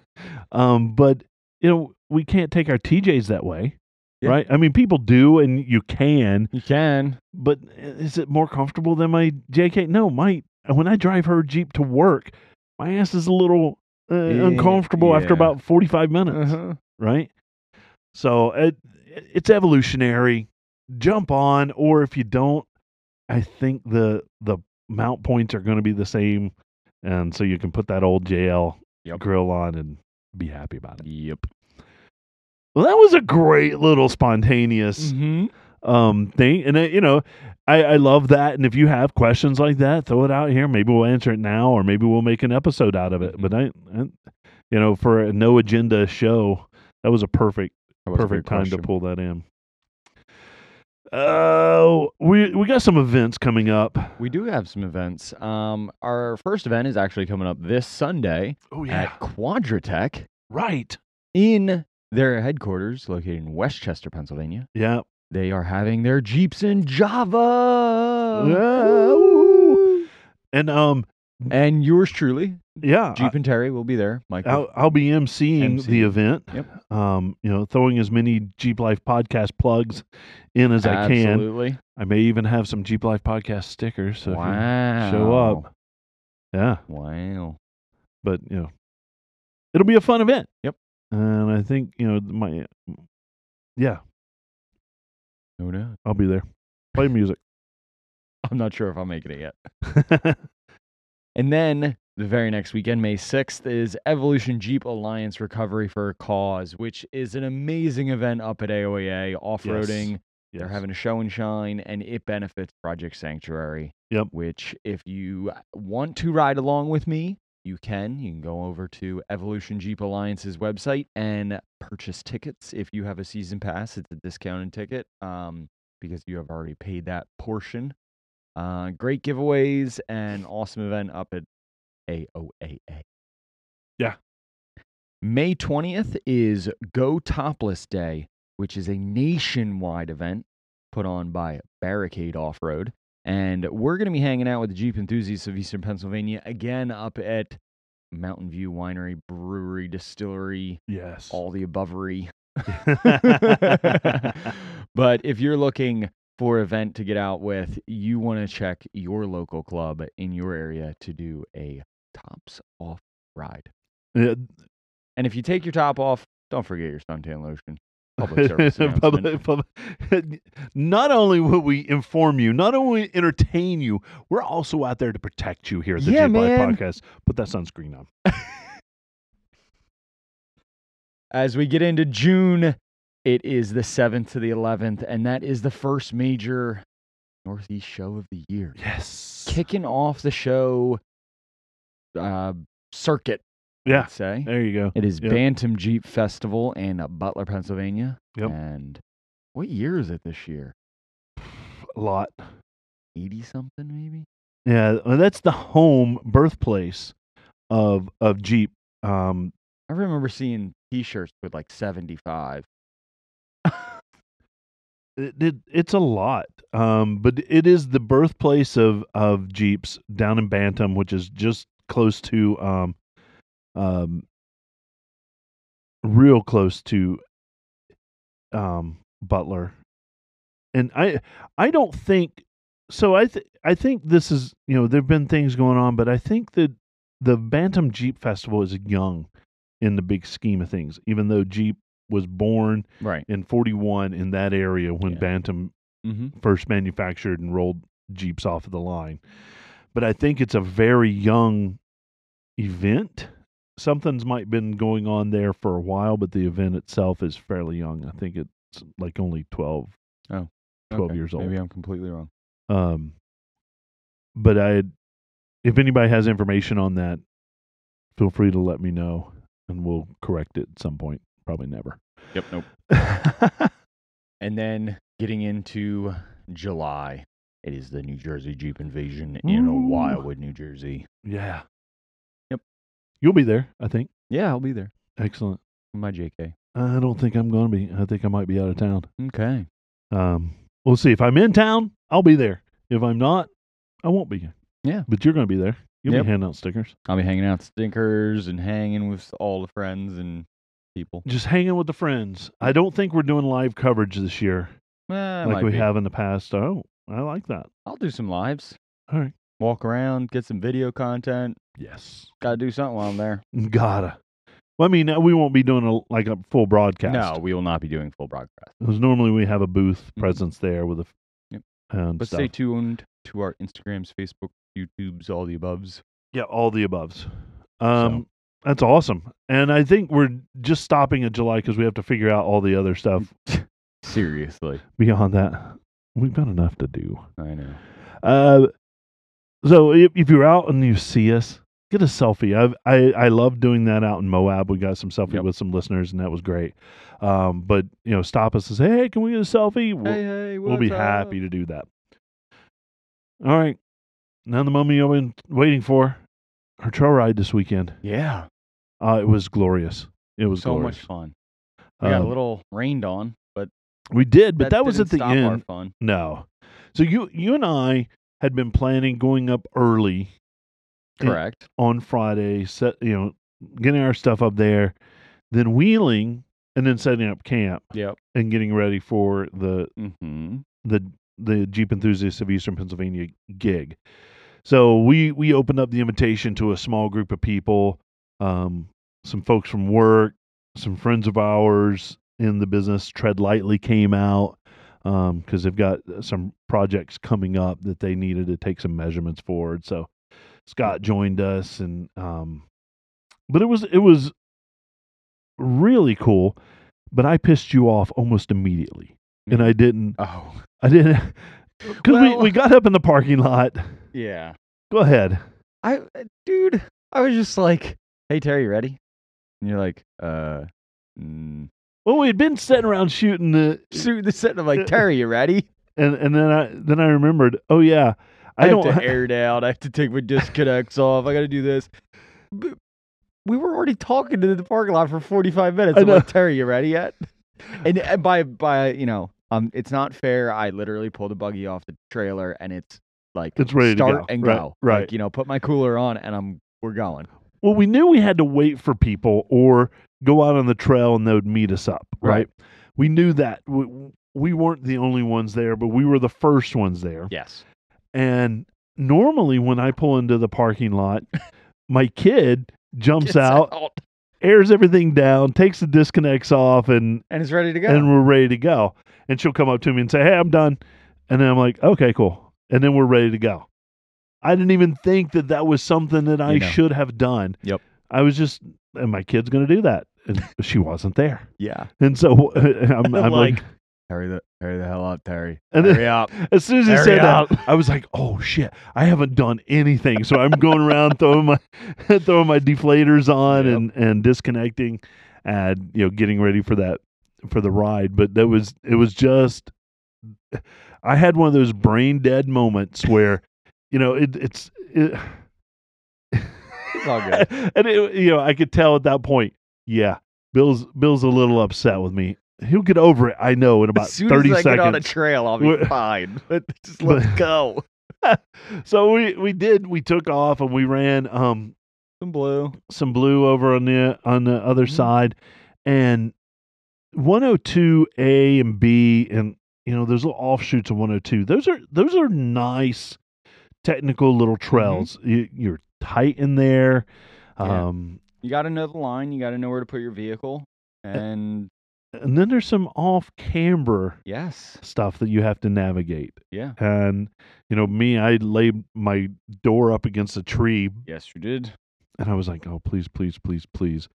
[SPEAKER 1] Um, but you know, we can't take our TJs that way,
[SPEAKER 2] Yeah.
[SPEAKER 1] right? I mean, people do, and you can,
[SPEAKER 2] You can.
[SPEAKER 1] but eh, is it more comfortable than my JK? No, my when I drive her Jeep to work, my ass is a little uh,
[SPEAKER 2] Yeah,
[SPEAKER 1] uncomfortable after
[SPEAKER 2] yeah. Uh-huh.
[SPEAKER 1] about forty-five minutes, right? So it, it's evolutionary. Jump on, or if you don't, I think the the mount points are going to be the same, and so you can put that old JL
[SPEAKER 2] Yep.
[SPEAKER 1] grill on and be happy about it.
[SPEAKER 2] Yep.
[SPEAKER 1] Well, that was a great little spontaneous
[SPEAKER 2] Mm-hmm.
[SPEAKER 1] um thing, and it, you know, I I love that. And if you have questions like that, throw it out here. Maybe we'll answer it now, or maybe we'll make an episode out of it.
[SPEAKER 2] Mhm.
[SPEAKER 1] But I, I, you know, for a no agenda show, that was a perfect perfect time to pull that in. Oh, we we got some events coming up.
[SPEAKER 2] We do have some events. Um, our first event is actually coming up this Sunday
[SPEAKER 1] Oh
[SPEAKER 2] at Quadratech
[SPEAKER 1] right.
[SPEAKER 2] in their headquarters located in Westchester, Pennsylvania.
[SPEAKER 1] Yeah.
[SPEAKER 2] They are having their Jeeps in Java.
[SPEAKER 1] Yeah,
[SPEAKER 2] Woo!
[SPEAKER 1] And um,
[SPEAKER 2] And yours truly,
[SPEAKER 1] yeah,
[SPEAKER 2] Jeep and Terry will be there. Mike,
[SPEAKER 1] I, will I'll be emceeing the
[SPEAKER 2] MC.
[SPEAKER 1] event.
[SPEAKER 2] Yep.
[SPEAKER 1] Um, you know, throwing as many Jeep Life podcast plugs in as I can.
[SPEAKER 2] absolutely.
[SPEAKER 1] I may even have some Jeep Life podcast stickers. So if you-
[SPEAKER 2] wow.
[SPEAKER 1] up. yeah,
[SPEAKER 2] Wow.
[SPEAKER 1] but you know, it'll be a fun event.
[SPEAKER 2] Yep.
[SPEAKER 1] And I think you know my, yeah,
[SPEAKER 2] No doubt.
[SPEAKER 1] I'll be there. Play music.
[SPEAKER 2] I'm not sure if I'm making it yet. And then the very next weekend, May 6th, is Evolution Jeep Alliance Recovery for a Cause, which is an amazing event up at AOAA off roading. They're
[SPEAKER 1] Yes.
[SPEAKER 2] having a show and shine, and it benefits Project Sanctuary.
[SPEAKER 1] Yep.
[SPEAKER 2] Which, if you want to ride along with me, you can. You can go over to Evolution Jeep Alliance's website and purchase tickets. If you have a season pass, it's a discounted ticket um, because you have already paid that portion. Uh, great giveaways and awesome event up at AOAA.
[SPEAKER 1] Yeah.
[SPEAKER 2] May 20th is Go Topless Day, which is a nationwide event put on by Barricade Off Road. And we're going to be hanging out with the Jeep enthusiasts of Eastern Pennsylvania again up at Mountain View Winery, Brewery, Distillery,
[SPEAKER 1] yes.
[SPEAKER 2] all the abovery. but if you're looking for an event to get out with, you want to check your local club in your area to do a tops off ride.
[SPEAKER 1] Yeah,
[SPEAKER 2] And if you take your top off, don't forget your suntan lotion. Public service announcement.
[SPEAKER 1] Public- public- not only will we inform you, not only entertain you, we're also out there to protect you here at the
[SPEAKER 2] Yeah,
[SPEAKER 1] Jeep Life
[SPEAKER 2] man.
[SPEAKER 1] Podcast. Put that sunscreen on.
[SPEAKER 2] As we get into June, it is the 7th to the 11th, and that is the first major Northeast show of the year.
[SPEAKER 1] Yes.
[SPEAKER 2] Kicking off the show uh, circuit,
[SPEAKER 1] Yeah.
[SPEAKER 2] I'd say.
[SPEAKER 1] There you go.
[SPEAKER 2] It is
[SPEAKER 1] Yep.
[SPEAKER 2] Bantam Jeep Festival in uh, Butler, Pennsylvania.
[SPEAKER 1] Yep.
[SPEAKER 2] And what year is it this year?
[SPEAKER 1] A lot.
[SPEAKER 2] 80 something, maybe?
[SPEAKER 1] Yeah. well, that's the home birthplace of of Jeep. Um,
[SPEAKER 2] I remember seeing t shirts with like 75.
[SPEAKER 1] it, it, it's a lot. Um, but it is the birthplace of of Jeeps down in Bantam, which is just close to um, um, real close to um Butler. And I I don't think so. I th- I think this is you know there've been things going on, but I think that the Bantam Jeep Festival is young in the big scheme of things, even though Jeep was born
[SPEAKER 2] Right.
[SPEAKER 1] in 41 in that area when
[SPEAKER 2] Yeah.
[SPEAKER 1] Bantam
[SPEAKER 2] Mm-hmm.
[SPEAKER 1] first manufactured and rolled Jeeps off of the line. But I think it's a very young event. Something's might been going on there for a while, but the event itself is fairly young. I think it's like only 12.
[SPEAKER 2] Oh,
[SPEAKER 1] 12 years old.
[SPEAKER 2] Maybe I'm completely wrong.
[SPEAKER 1] Um, but I, if anybody has information on that, feel free to let me know and we'll correct it at some point. Probably never.
[SPEAKER 2] Yep. Nope. And then getting into July, it is the New Jersey Jeep Invasion in
[SPEAKER 1] Ooh.
[SPEAKER 2] Wildwood, New Jersey.
[SPEAKER 1] yeah.
[SPEAKER 2] Yep.
[SPEAKER 1] You'll be there, I think.
[SPEAKER 2] Yeah, I'll be there.
[SPEAKER 1] Excellent.
[SPEAKER 2] My JK.
[SPEAKER 1] I don't think I'm going to be. I think I might be out of town.
[SPEAKER 2] Okay.
[SPEAKER 1] Um, we'll see. If I'm in town, I'll be there. If I'm not, I won't be.
[SPEAKER 2] Yeah.
[SPEAKER 1] But you're going to be there. You'll
[SPEAKER 2] Yep.
[SPEAKER 1] be handing out stickers.
[SPEAKER 2] I'll be hanging out with stinkers and hanging with all the friends and people.
[SPEAKER 1] Just hanging with the friends. I don't think we're doing live coverage this year
[SPEAKER 2] Eh, I
[SPEAKER 1] like
[SPEAKER 2] might
[SPEAKER 1] we
[SPEAKER 2] be.
[SPEAKER 1] have in the past. Oh, I like that.
[SPEAKER 2] I'll do some lives.
[SPEAKER 1] All right.
[SPEAKER 2] Walk around, get some video content.
[SPEAKER 1] Yes.
[SPEAKER 2] Gotta do something while I'm there.
[SPEAKER 1] Gotta. Well, I mean, uh, we won't be doing a, like a full broadcast.
[SPEAKER 2] No, we will not be doing full broadcast.
[SPEAKER 1] Because normally we have a booth presence there with a. f-
[SPEAKER 2] Yep.
[SPEAKER 1] And
[SPEAKER 2] But
[SPEAKER 1] stuff.
[SPEAKER 2] stay tuned to our Instagrams, Facebook, YouTubes, all the aboves.
[SPEAKER 1] Yeah, all the aboves. Um, That's awesome. And I think we're just stopping at July because we have to figure out all the other stuff
[SPEAKER 2] Seriously.
[SPEAKER 1] beyond that. We've got enough to do.
[SPEAKER 2] I know.
[SPEAKER 1] Uh, so if, if you're out and you see us, get a selfie. I've, I I love doing that out in Moab. We got some selfie
[SPEAKER 2] Yep.
[SPEAKER 1] with some listeners, and that was great. Um, but you know, stop us and say, "Hey, can we get a selfie?" We'll,
[SPEAKER 2] hey,
[SPEAKER 1] we'll be happy to do that. All right. Now the moment you've been waiting for, our trail ride this weekend.
[SPEAKER 2] Yeah.
[SPEAKER 1] Uh, it was glorious. It was
[SPEAKER 2] so
[SPEAKER 1] glorious.
[SPEAKER 2] much fun. We got
[SPEAKER 1] Um,
[SPEAKER 2] a little rained on, but
[SPEAKER 1] we did, but that, was
[SPEAKER 2] didn't
[SPEAKER 1] at the
[SPEAKER 2] stop Our
[SPEAKER 1] end.
[SPEAKER 2] fun.
[SPEAKER 1] No. So you you and I had been planning going up early Yeah.
[SPEAKER 2] Correct.
[SPEAKER 1] on Friday, set you know, getting our stuff up there, then wheeling and then setting up camp
[SPEAKER 2] Yep.
[SPEAKER 1] and getting ready for the
[SPEAKER 2] Mm-hmm.
[SPEAKER 1] the the Jeep Enthusiasts of Eastern Pennsylvania gig. So we we opened up the invitation to a small group of people, um, some folks from work, some friends of ours in the business. Tread Lightly came out. because they've got some projects coming up that they needed to take some measurements forward. So Scott joined us, and um, but it was it was really cool. But I pissed you off almost immediately, and I didn't.
[SPEAKER 2] Oh,
[SPEAKER 1] I didn't because
[SPEAKER 2] Well-
[SPEAKER 1] we, we got up in the parking lot.
[SPEAKER 2] yeah.
[SPEAKER 1] Go ahead.
[SPEAKER 2] I, uh, dude, I was just like, "Hey Terry, you ready?" And you're like, "Uh, mm.
[SPEAKER 1] Well, we had been sitting around shooting the,
[SPEAKER 2] shoot the set." I'm like, "Terry, you ready?"
[SPEAKER 1] and and then I then I remembered. Oh yeah, I,
[SPEAKER 2] I,
[SPEAKER 1] don't.
[SPEAKER 2] have to air down. I have to take my disconnects off. I got to do this. But we were already talking to the parking lot for 45 minutes.
[SPEAKER 1] I
[SPEAKER 2] I'm
[SPEAKER 1] know.
[SPEAKER 2] like, Terry, you ready yet? And, and by by you know, um, it's not fair. I literally pulled the buggy off the trailer, and it's like
[SPEAKER 1] It's ready to go.
[SPEAKER 2] start and
[SPEAKER 1] Right,
[SPEAKER 2] go.
[SPEAKER 1] right.
[SPEAKER 2] Like, you know, put my cooler on, and I'm we're going.
[SPEAKER 1] well, we knew we had to wait for people or go out on the trail and they would meet us up, right?
[SPEAKER 2] Right.
[SPEAKER 1] We knew that. We, we weren't the only ones there, but we were the first ones there.
[SPEAKER 2] Yes.
[SPEAKER 1] And normally when I pull into the parking lot, my kid jumps out, airs everything down, takes the disconnects off and
[SPEAKER 2] and it's ready to go.
[SPEAKER 1] and we're ready to go. And she'll come up to me and say, "Hey, I'm done." And then I'm like, "Okay, cool." And then we're ready to go. I didn't even think that that was something that I
[SPEAKER 2] You know.
[SPEAKER 1] should have done.
[SPEAKER 2] Yep.
[SPEAKER 1] I was just, and my kid's going to do that, and she wasn't there.
[SPEAKER 2] yeah.
[SPEAKER 1] And so I'm, I'm,
[SPEAKER 2] I'm
[SPEAKER 1] like,
[SPEAKER 2] like, Hurry the hurry the hell up, Terry.
[SPEAKER 1] And then-
[SPEAKER 2] hurry up.
[SPEAKER 1] as soon as he
[SPEAKER 2] Hurry
[SPEAKER 1] said
[SPEAKER 2] up.
[SPEAKER 1] that, I was like, "Oh shit, I haven't done anything." So I'm going around throwing my throwing my deflators on
[SPEAKER 2] Yep.
[SPEAKER 1] and and disconnecting, and you know, getting ready for that for the ride. But that was it was just I had one of those brain dead moments where you know it, it's it,
[SPEAKER 2] It's all good.
[SPEAKER 1] and it, you know I could tell at that point, yeah, Bill's Bill's a little upset with me. He'll get over it, I know, in about
[SPEAKER 2] as soon
[SPEAKER 1] thirty
[SPEAKER 2] as I
[SPEAKER 1] seconds.
[SPEAKER 2] get on a trail, I'll be
[SPEAKER 1] We're-
[SPEAKER 2] fine. Just let's go.
[SPEAKER 1] so we we did we took off and we ran um
[SPEAKER 2] Some blue.
[SPEAKER 1] some blue over on the on the other
[SPEAKER 2] Mhm.
[SPEAKER 1] side and 102 a and b and you know there's little offshoots of 102 those are those are nice technical little trails you, you're tight in there
[SPEAKER 2] Yeah.
[SPEAKER 1] um
[SPEAKER 2] You got to know the line. You got to know where to put your vehicle.
[SPEAKER 1] Eh.
[SPEAKER 2] And
[SPEAKER 1] and then there's some off camber
[SPEAKER 2] yes,
[SPEAKER 1] stuff that you have to navigate
[SPEAKER 2] yeah,
[SPEAKER 1] and you know me i laid my door up against a tree
[SPEAKER 2] yes, you did.
[SPEAKER 1] and I was like, "Oh, please, please, please, please."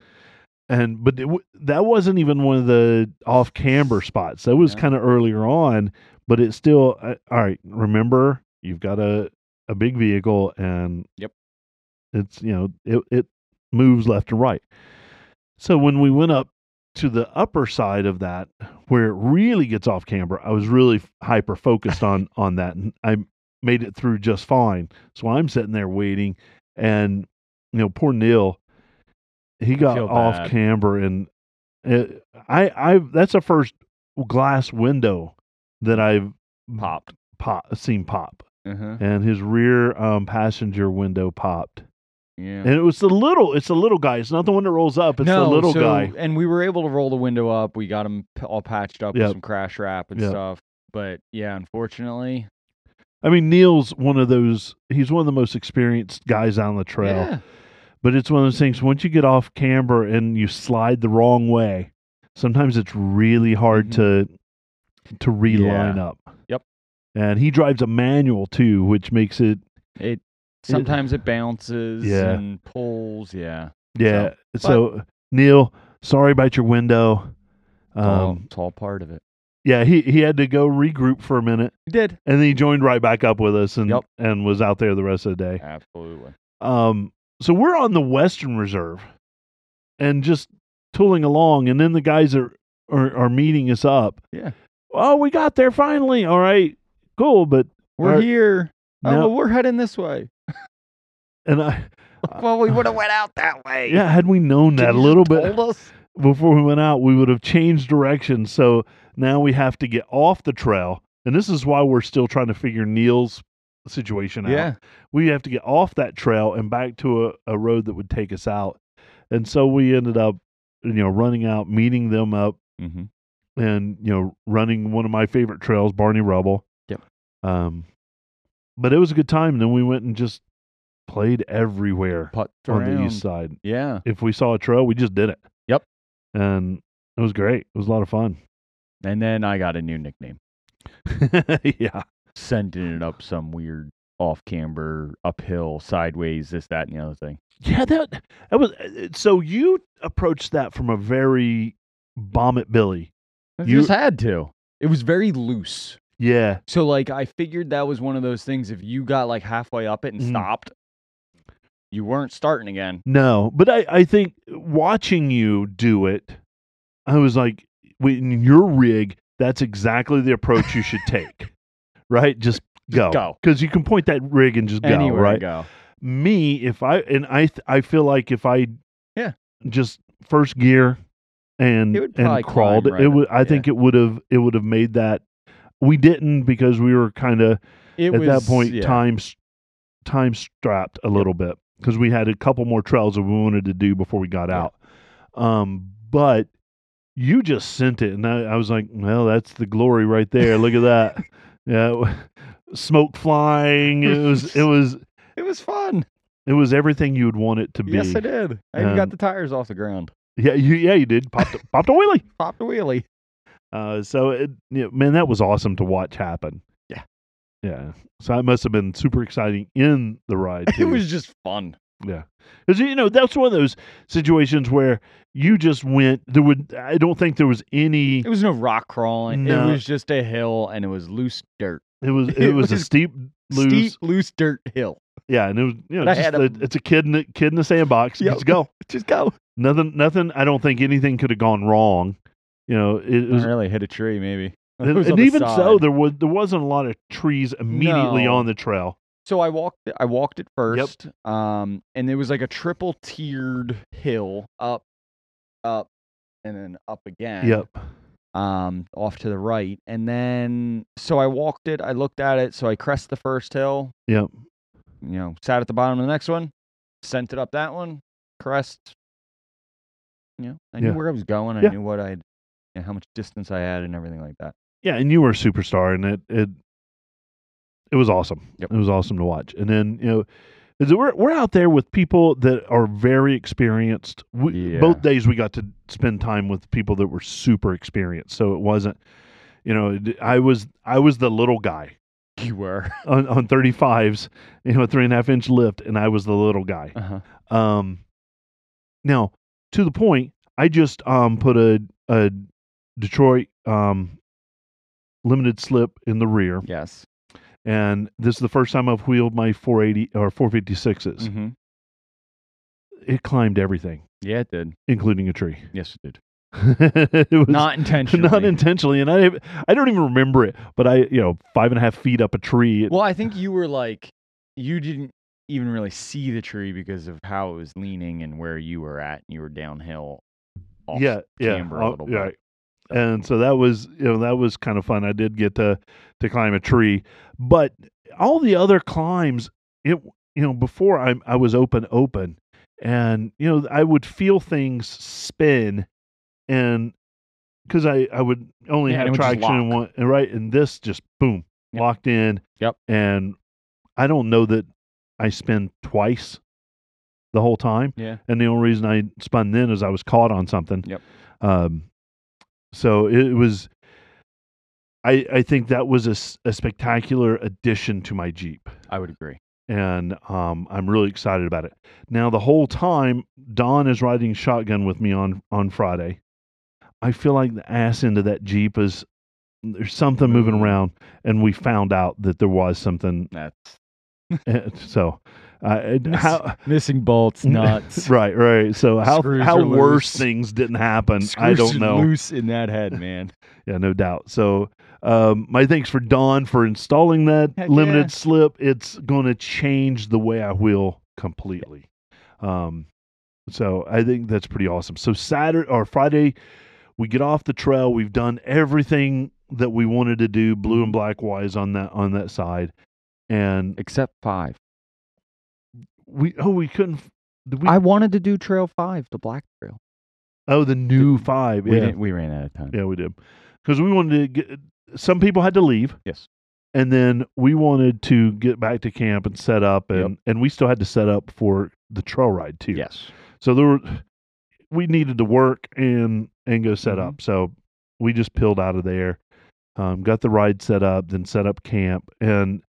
[SPEAKER 1] And but it w- that wasn't even one of the off camber spots. That was
[SPEAKER 2] Yeah.
[SPEAKER 1] kind of earlier on, but it's still I, all right. Remember, you've got a a big vehicle, and
[SPEAKER 2] Yep.
[SPEAKER 1] it's you know it it moves left and right. So when we went up to the upper side of that, where it really gets off camber, I was really hyper focused on on that, and I made it through just fine. So I'm sitting there waiting, and you know, poor Neil, he got
[SPEAKER 2] feel
[SPEAKER 1] off
[SPEAKER 2] bad.
[SPEAKER 1] camber, and it, I, I, that's the first glass window that I've
[SPEAKER 2] Popped.
[SPEAKER 1] pop, seen pop,
[SPEAKER 2] Uh-huh.
[SPEAKER 1] and his rear um, passenger window popped,
[SPEAKER 2] Yeah.
[SPEAKER 1] and it was the little, it's the little guy, it's not the one that rolls up, it's
[SPEAKER 2] no,
[SPEAKER 1] the little
[SPEAKER 2] so-
[SPEAKER 1] guy.
[SPEAKER 2] And we were able to roll the window up. We got him p- all patched up
[SPEAKER 1] Yep.
[SPEAKER 2] with some crash wrap and
[SPEAKER 1] Yep.
[SPEAKER 2] stuff. But yeah, unfortunately,
[SPEAKER 1] I mean, Neil's one of those, he's one of the most experienced guys on the trail.
[SPEAKER 2] yeah,
[SPEAKER 1] But it's one of those things. Once you get off camber and you slide the wrong way, sometimes it's really hard
[SPEAKER 2] Mhm.
[SPEAKER 1] to to reline up.
[SPEAKER 2] Mm-hmm. Yep.
[SPEAKER 1] And he drives a manual too, which makes it
[SPEAKER 2] it sometimes it bounces
[SPEAKER 1] Yeah.
[SPEAKER 2] and pulls. Yeah,
[SPEAKER 1] yeah. So, Neil, sorry about your window.
[SPEAKER 2] it's, all,
[SPEAKER 1] Um,
[SPEAKER 2] it's all part of it.
[SPEAKER 1] yeah, he he had to go regroup for a minute,
[SPEAKER 2] You did
[SPEAKER 1] and then he joined right back up with us, and
[SPEAKER 2] Yep.
[SPEAKER 1] and was out there the rest of the day.
[SPEAKER 2] absolutely.
[SPEAKER 1] Um, so we're on the Western Reserve and just tooling along, and then the guys are are, are meeting us up.
[SPEAKER 2] Yeah.
[SPEAKER 1] Oh, we got there finally. All right, cool. But
[SPEAKER 2] We're
[SPEAKER 1] Or-
[SPEAKER 2] here. Oh,
[SPEAKER 1] no,
[SPEAKER 2] well, we're heading this way.
[SPEAKER 1] and I,
[SPEAKER 2] Well, we would have went out that way.
[SPEAKER 1] Uh, yeah, had we known
[SPEAKER 2] Could
[SPEAKER 1] that a
[SPEAKER 2] you
[SPEAKER 1] little
[SPEAKER 2] just
[SPEAKER 1] bit
[SPEAKER 2] told us?
[SPEAKER 1] before we went out, we would have changed direction. So now we have to get off the trail, and this is why we're still trying to figure Neil's situation out.
[SPEAKER 2] Yeah.
[SPEAKER 1] we have to get off that trail and back to a, a road that would take us out. And so we ended up, you know, running out, meeting them up,
[SPEAKER 2] Mm-hmm.
[SPEAKER 1] and you know, running one of my favorite trails, Barney Rubble.
[SPEAKER 2] Yep.
[SPEAKER 1] Um, but it was a good time. Then we went and just played everywhere
[SPEAKER 2] Put
[SPEAKER 1] on
[SPEAKER 2] around.
[SPEAKER 1] the east side.
[SPEAKER 2] Yeah.
[SPEAKER 1] If we saw a trail, we just did it.
[SPEAKER 2] Yep.
[SPEAKER 1] And it was great. It was a lot of fun.
[SPEAKER 2] And then I got a new nickname.
[SPEAKER 1] yeah.
[SPEAKER 2] sending it up some weird off camber, uphill, sideways, this, that, and the other thing.
[SPEAKER 1] Yeah, that that was uh, so you approached that from a very bomb it Billy.
[SPEAKER 2] I
[SPEAKER 1] You-
[SPEAKER 2] just had to. It was very loose.
[SPEAKER 1] Yeah.
[SPEAKER 2] So like I figured that was one of those things if you got like halfway up it and
[SPEAKER 1] Mhm.
[SPEAKER 2] stopped, you weren't starting again.
[SPEAKER 1] No, but I, I think watching you do it, I was like, "Wait, in your rig, that's exactly the approach you should take, right? Just go,
[SPEAKER 2] go.
[SPEAKER 1] because you can point that rig and just go,
[SPEAKER 2] Anywhere
[SPEAKER 1] right?
[SPEAKER 2] to go.
[SPEAKER 1] Me, if I and I, th- I feel like if I,
[SPEAKER 2] Yeah.
[SPEAKER 1] just first gear and
[SPEAKER 2] It would probably
[SPEAKER 1] and crawled,
[SPEAKER 2] climb right
[SPEAKER 1] it
[SPEAKER 2] up,
[SPEAKER 1] would. I
[SPEAKER 2] yeah.
[SPEAKER 1] think it would have it would have made that. We didn't because we were kind of
[SPEAKER 2] It
[SPEAKER 1] at
[SPEAKER 2] was-
[SPEAKER 1] that point
[SPEAKER 2] yeah.
[SPEAKER 1] time s- time strapped a little bit because we had a couple more trails that we wanted to do before we got
[SPEAKER 2] Yeah.
[SPEAKER 1] out um but you just sent it and I, I was like well that's the glory right there look at that yeah w- smoke flying it was it was
[SPEAKER 2] It was fun.
[SPEAKER 1] it was everything you would want it to be
[SPEAKER 2] Yes, I did. I even
[SPEAKER 1] Um,
[SPEAKER 2] got the tires off the ground.
[SPEAKER 1] yeah you yeah you did popped a- popped a wheelie
[SPEAKER 2] Popped a wheelie.
[SPEAKER 1] uh so it, yeah, man that was awesome to watch happen
[SPEAKER 2] Yeah.
[SPEAKER 1] yeah so that must have been super exciting in the ride
[SPEAKER 2] It
[SPEAKER 1] too.
[SPEAKER 2] was just fun.
[SPEAKER 1] Because you know that's one of those situations where you just went. There would I don't think there was any.
[SPEAKER 2] It was no rock crawling.
[SPEAKER 1] No.
[SPEAKER 2] It was just a hill and it was loose dirt.
[SPEAKER 1] It was it,
[SPEAKER 2] it
[SPEAKER 1] was, a
[SPEAKER 2] was
[SPEAKER 1] steep loose.
[SPEAKER 2] Steep, loose dirt hill.
[SPEAKER 1] Yeah, and it was you know
[SPEAKER 2] But I
[SPEAKER 1] just
[SPEAKER 2] had
[SPEAKER 1] a,
[SPEAKER 2] a-
[SPEAKER 1] it's a kid in a, kid in a sandbox.
[SPEAKER 2] Yep.
[SPEAKER 1] Let's go.
[SPEAKER 2] Just go.
[SPEAKER 1] Nothing nothing. I don't think anything could have gone wrong. You know it, it was.
[SPEAKER 2] I really hit a tree, maybe. It
[SPEAKER 1] And,
[SPEAKER 2] was on
[SPEAKER 1] and
[SPEAKER 2] the
[SPEAKER 1] even so,
[SPEAKER 2] side.
[SPEAKER 1] there was there wasn't a lot of trees immediately
[SPEAKER 2] No.
[SPEAKER 1] on the trail.
[SPEAKER 2] So I walked it- I walked it first. Um and it was like a triple tiered hill up up and then up again.
[SPEAKER 1] Yep.
[SPEAKER 2] Um off to the right. And then so I walked it, I looked at it, so I crest the first hill,
[SPEAKER 1] Yep.
[SPEAKER 2] you know, sat at the bottom of the next one, sent it up that one, crest. You know, I
[SPEAKER 1] Yeah.
[SPEAKER 2] knew where I was going, I
[SPEAKER 1] Yeah.
[SPEAKER 2] knew what I'd you know, how much distance I had and everything like that.
[SPEAKER 1] Yeah, and you were a superstar, and it it it was awesome.
[SPEAKER 2] Yep.
[SPEAKER 1] It was awesome to watch. And then you know, is it- we're we're out there with people that are very experienced. We,
[SPEAKER 2] Yeah.
[SPEAKER 1] Both days we got to spend time with people that were super experienced. So it wasn't, you know, d- I was I was the little guy
[SPEAKER 2] You were.
[SPEAKER 1] on on thirty fives, you know, three and a half inch lift, and I was the little guy.
[SPEAKER 2] Uh-huh.
[SPEAKER 1] Um, now to the point, I just um put a a Detroit um limited slip in the rear,
[SPEAKER 2] Yes.
[SPEAKER 1] and this is the first time I've wheeled my 480 or 456s.
[SPEAKER 2] Mm-hmm.
[SPEAKER 1] It climbed everything,
[SPEAKER 2] Yeah, it did.
[SPEAKER 1] including a tree.
[SPEAKER 2] Mm-hmm. Yes, it did.
[SPEAKER 1] it was
[SPEAKER 2] Not intentionally.
[SPEAKER 1] not intentionally, and I I don't even remember it, but I you know five and a half feet up a tree. it-
[SPEAKER 2] Well, I think you were like, you didn't even really see the tree because of how it was leaning and where you were at. You were downhill. Off
[SPEAKER 1] yeah, yeah,
[SPEAKER 2] camber a
[SPEAKER 1] oh,
[SPEAKER 2] little
[SPEAKER 1] yeah,
[SPEAKER 2] bit.
[SPEAKER 1] right. And so that was you know that was kind of fun. I did get to to climb a tree, but all the other climbs, it you know before I I was open open, and you know I would feel things spin, and because I I would only
[SPEAKER 2] Yeah,
[SPEAKER 1] have
[SPEAKER 2] and it would just
[SPEAKER 1] traction and one and right, and this just boom
[SPEAKER 2] Yep.
[SPEAKER 1] locked in.
[SPEAKER 2] Yep.
[SPEAKER 1] And I don't know that I spin twice the whole time.
[SPEAKER 2] Yeah.
[SPEAKER 1] And the only reason I spun then is I was caught on something.
[SPEAKER 2] Yep.
[SPEAKER 1] Um, so it was. I I think that was a, s- a spectacular addition to my Jeep,
[SPEAKER 2] I would agree.
[SPEAKER 1] and um, I'm really excited about it. Now the whole time Don is riding shotgun with me on on Friday, I feel like the ass end of that Jeep is there's something moving
[SPEAKER 2] Moving.
[SPEAKER 1] around, and we found out that there was something.
[SPEAKER 2] That's
[SPEAKER 1] eh, so. Uh,
[SPEAKER 2] Miss-
[SPEAKER 1] how,
[SPEAKER 2] missing bolts, nuts.
[SPEAKER 1] right, right. So how
[SPEAKER 2] Screws
[SPEAKER 1] how
[SPEAKER 2] are
[SPEAKER 1] worse
[SPEAKER 2] loose.
[SPEAKER 1] things didn't happen, I don't know.
[SPEAKER 2] Loose in that head, man.
[SPEAKER 1] Yeah, no doubt. So, um, my thanks for Don for installing that
[SPEAKER 2] Heck
[SPEAKER 1] limited
[SPEAKER 2] yeah.
[SPEAKER 1] slip. It's going to change the way I wheel completely. Um, so I think that's pretty awesome. So Saturday or Friday, we get off the trail. We've done everything that we wanted to do, blue and black wise on that on that side, and
[SPEAKER 2] Except five.
[SPEAKER 1] we oh we couldn't. f- Did we,
[SPEAKER 2] I wanted to do Trail Five, the Black Trail.
[SPEAKER 1] oh the new five.
[SPEAKER 2] We
[SPEAKER 1] yeah.
[SPEAKER 2] didn't. We ran out of time.
[SPEAKER 1] Yeah, we did. Because we wanted to get, some people had to leave.
[SPEAKER 2] Yes.
[SPEAKER 1] And then we wanted to get back to camp and set up, and, and we still had to set up for the trail ride too.
[SPEAKER 2] Yes.
[SPEAKER 1] So there were, we needed to work and and go set
[SPEAKER 2] Mhm.
[SPEAKER 1] up. So we just peeled out of there, um, got the ride set up, then set up camp. And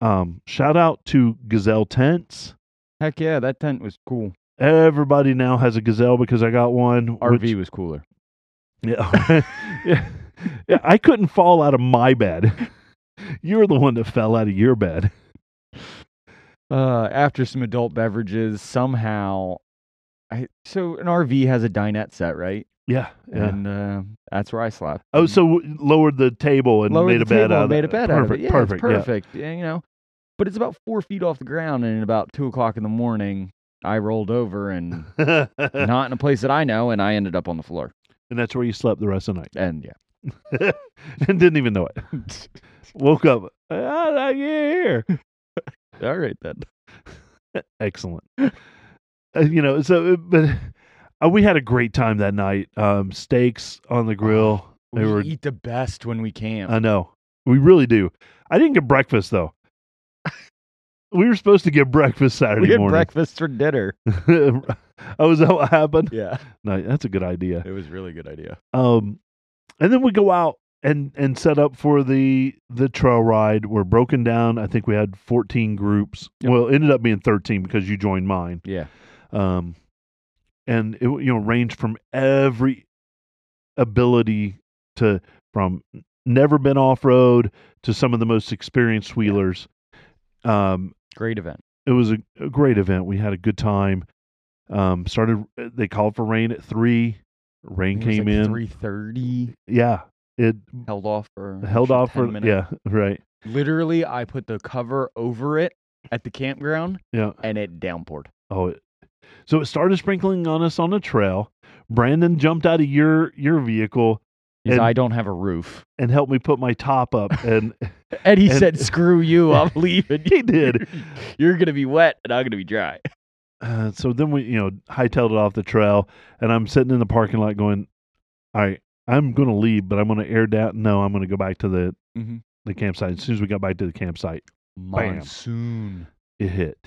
[SPEAKER 1] um, shout out to Gazelle Tents.
[SPEAKER 2] Heck yeah, that tent was cool.
[SPEAKER 1] Everybody now has a Gazelle because I got one.
[SPEAKER 2] RV
[SPEAKER 1] which-
[SPEAKER 2] was cooler.
[SPEAKER 1] yeah. yeah. Yeah, I couldn't fall out of my bed. you were the one that fell out of your bed.
[SPEAKER 2] Uh, after some adult beverages, somehow, I so an RV has a dinette set, right?
[SPEAKER 1] Yeah. Yeah.
[SPEAKER 2] And uh, that's where I slept.
[SPEAKER 1] oh,
[SPEAKER 2] And
[SPEAKER 1] so w- lowered the table and
[SPEAKER 2] lowered
[SPEAKER 1] made
[SPEAKER 2] the
[SPEAKER 1] a bed
[SPEAKER 2] table
[SPEAKER 1] out
[SPEAKER 2] and
[SPEAKER 1] of
[SPEAKER 2] made a
[SPEAKER 1] it.
[SPEAKER 2] bed
[SPEAKER 1] perfect,
[SPEAKER 2] out of it. Yeah, it's
[SPEAKER 1] perfect. yeah.
[SPEAKER 2] perfect. yeah, you know, but it's about four feet off the ground, and at about two o'clock in the morning, I rolled over and
[SPEAKER 1] and
[SPEAKER 2] not in a place that I know, and I ended up on the floor.
[SPEAKER 1] that's where you slept the rest of the night
[SPEAKER 2] And yeah,
[SPEAKER 1] and didn't even know it. Woke up. "Ah, yeah, here.
[SPEAKER 2] all right then.
[SPEAKER 1] Excellent. Uh, you know, so, uh, but uh, we had a great time that night. Um, steaks on the grill. They
[SPEAKER 2] we
[SPEAKER 1] were,
[SPEAKER 2] eat the best when we camp.
[SPEAKER 1] I know. We really do. I didn't get breakfast, though. we were supposed to get breakfast Saturday
[SPEAKER 2] we had
[SPEAKER 1] morning.
[SPEAKER 2] breakfast for dinner.
[SPEAKER 1] oh, is that what happened?
[SPEAKER 2] Yeah,
[SPEAKER 1] No, that's a good idea.
[SPEAKER 2] it was a really good idea.
[SPEAKER 1] Um, and then we go out and and set up for the the trail ride. We're broken down. I think we had fourteen groups.
[SPEAKER 2] Yep.
[SPEAKER 1] Well, it ended up being thirteen because you joined mine.
[SPEAKER 2] Yeah,
[SPEAKER 1] Um, and it you know ranged from every ability to from never been off road to some of the most experienced wheelers. Um,
[SPEAKER 2] great event.
[SPEAKER 1] it was a, a great event. We had a good time. Um, started. They called for rain at three. Rain came in.
[SPEAKER 2] three thirty.
[SPEAKER 1] Yeah, it
[SPEAKER 2] Held off for an
[SPEAKER 1] held
[SPEAKER 2] extra
[SPEAKER 1] off
[SPEAKER 2] 10
[SPEAKER 1] for.
[SPEAKER 2] minutes.
[SPEAKER 1] Yeah, right.
[SPEAKER 2] Literally, I put the cover over it at the campground,
[SPEAKER 1] Yeah.
[SPEAKER 2] and it downpoured.
[SPEAKER 1] Oh, it, so it started sprinkling on us on the trail. Brandon jumped out of your your vehicle
[SPEAKER 2] Because
[SPEAKER 1] And-
[SPEAKER 2] I don't have a roof.
[SPEAKER 1] and helped me put my top up, and
[SPEAKER 2] And he
[SPEAKER 1] And-
[SPEAKER 2] said, "Screw you! I'm leaving."
[SPEAKER 1] he did.
[SPEAKER 2] You're gonna be wet, and I'm gonna be dry.
[SPEAKER 1] Uh, so then we, you know, hightailed it off the trail, and I'm sitting in the parking lot going, "All right, I'm going to leave, but I'm going to air down. No, I'm going to go back to the
[SPEAKER 2] Mhm.
[SPEAKER 1] the campsite." As soon as we got back to the campsite.
[SPEAKER 2] Monsoon.
[SPEAKER 1] it hit.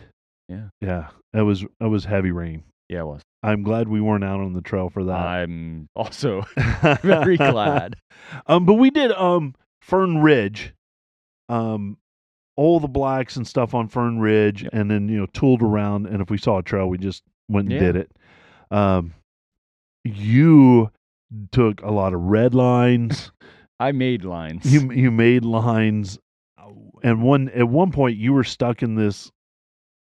[SPEAKER 2] Yeah.
[SPEAKER 1] Yeah. That was that was heavy rain.
[SPEAKER 2] Yeah, it was.
[SPEAKER 1] I'm glad we weren't out on the trail for that.
[SPEAKER 2] I'm also very glad.
[SPEAKER 1] Um but we did um Fern Ridge. Um all the blacks and stuff on Fern Ridge
[SPEAKER 2] Yep.
[SPEAKER 1] and then you know tooled around and if we saw a trail we just went and
[SPEAKER 2] Yeah.
[SPEAKER 1] did it. Um you took a lot of red lines.
[SPEAKER 2] I made lines.
[SPEAKER 1] you you made lines uh, and one at one point you were stuck in this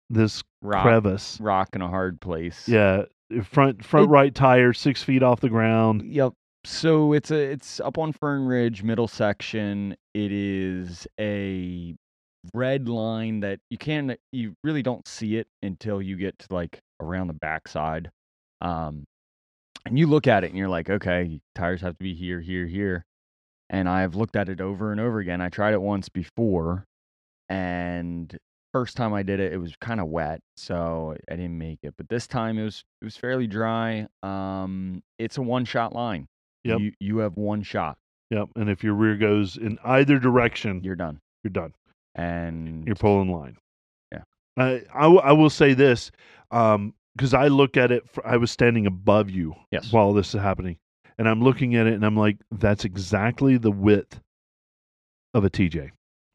[SPEAKER 1] this
[SPEAKER 2] rock,
[SPEAKER 1] crevice.
[SPEAKER 2] rock in a hard place.
[SPEAKER 1] Yeah, front front
[SPEAKER 2] It-
[SPEAKER 1] right tire, six feet off the ground.
[SPEAKER 2] Yep. So it's a it's up on Fern Ridge, middle section. It is a red line that you can you really don't see it until you get to like around the backside. Um and you look at it and you're like, okay, tires have to be here, here, here. And I've looked at it over and over again. I tried it once before and first time I did it, it was kind of wet, so I didn't make it. But this time it was it was fairly dry. Um, it's a one shot line.
[SPEAKER 1] Yep.
[SPEAKER 2] You you have one shot.
[SPEAKER 1] Yep, and if your rear goes in either direction, you're,
[SPEAKER 2] You're done.
[SPEAKER 1] done.
[SPEAKER 2] And
[SPEAKER 1] Mm. You're pulling line.
[SPEAKER 2] Yeah.
[SPEAKER 1] I I, w- I will say this, um, because I look at it. fr I was standing above you
[SPEAKER 2] yes.
[SPEAKER 1] while this is happening, and I'm looking at it, and I'm like, that's exactly the width of a TJ.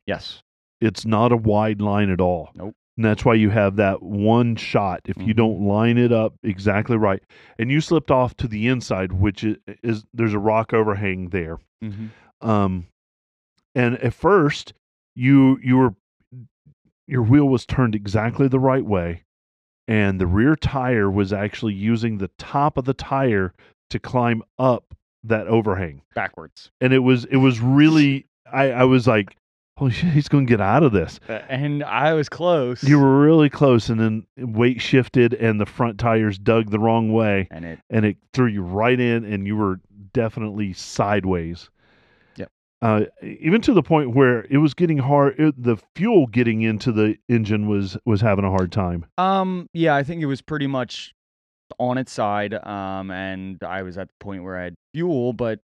[SPEAKER 2] yes.
[SPEAKER 1] It's not a wide line at all.
[SPEAKER 2] Nope.
[SPEAKER 1] And that's why you have that one shot. If you
[SPEAKER 2] Mhm.
[SPEAKER 1] don't line it up exactly right, and you slipped off to the inside, which is, is there's a rock overhang there.
[SPEAKER 2] Mhm.
[SPEAKER 1] Um, and at first, you you were your wheel was turned exactly the right way, and the rear tire was actually using the top of the tire to climb up that overhang.
[SPEAKER 2] Backwards.
[SPEAKER 1] And it was it was really I I was like, holy shit, he's gonna get out of this.
[SPEAKER 2] Uh, and I was close.
[SPEAKER 1] You were really close, and then weight shifted, and the front tires dug the wrong way,
[SPEAKER 2] And it
[SPEAKER 1] and it threw you right in, and you were definitely sideways.
[SPEAKER 2] Yep.
[SPEAKER 1] Uh, even to the point where it was getting hard. It, the fuel getting into the engine was was having a hard time.
[SPEAKER 2] um yeah I think it was pretty much on its side. Um and I was at the point where I had fuel, but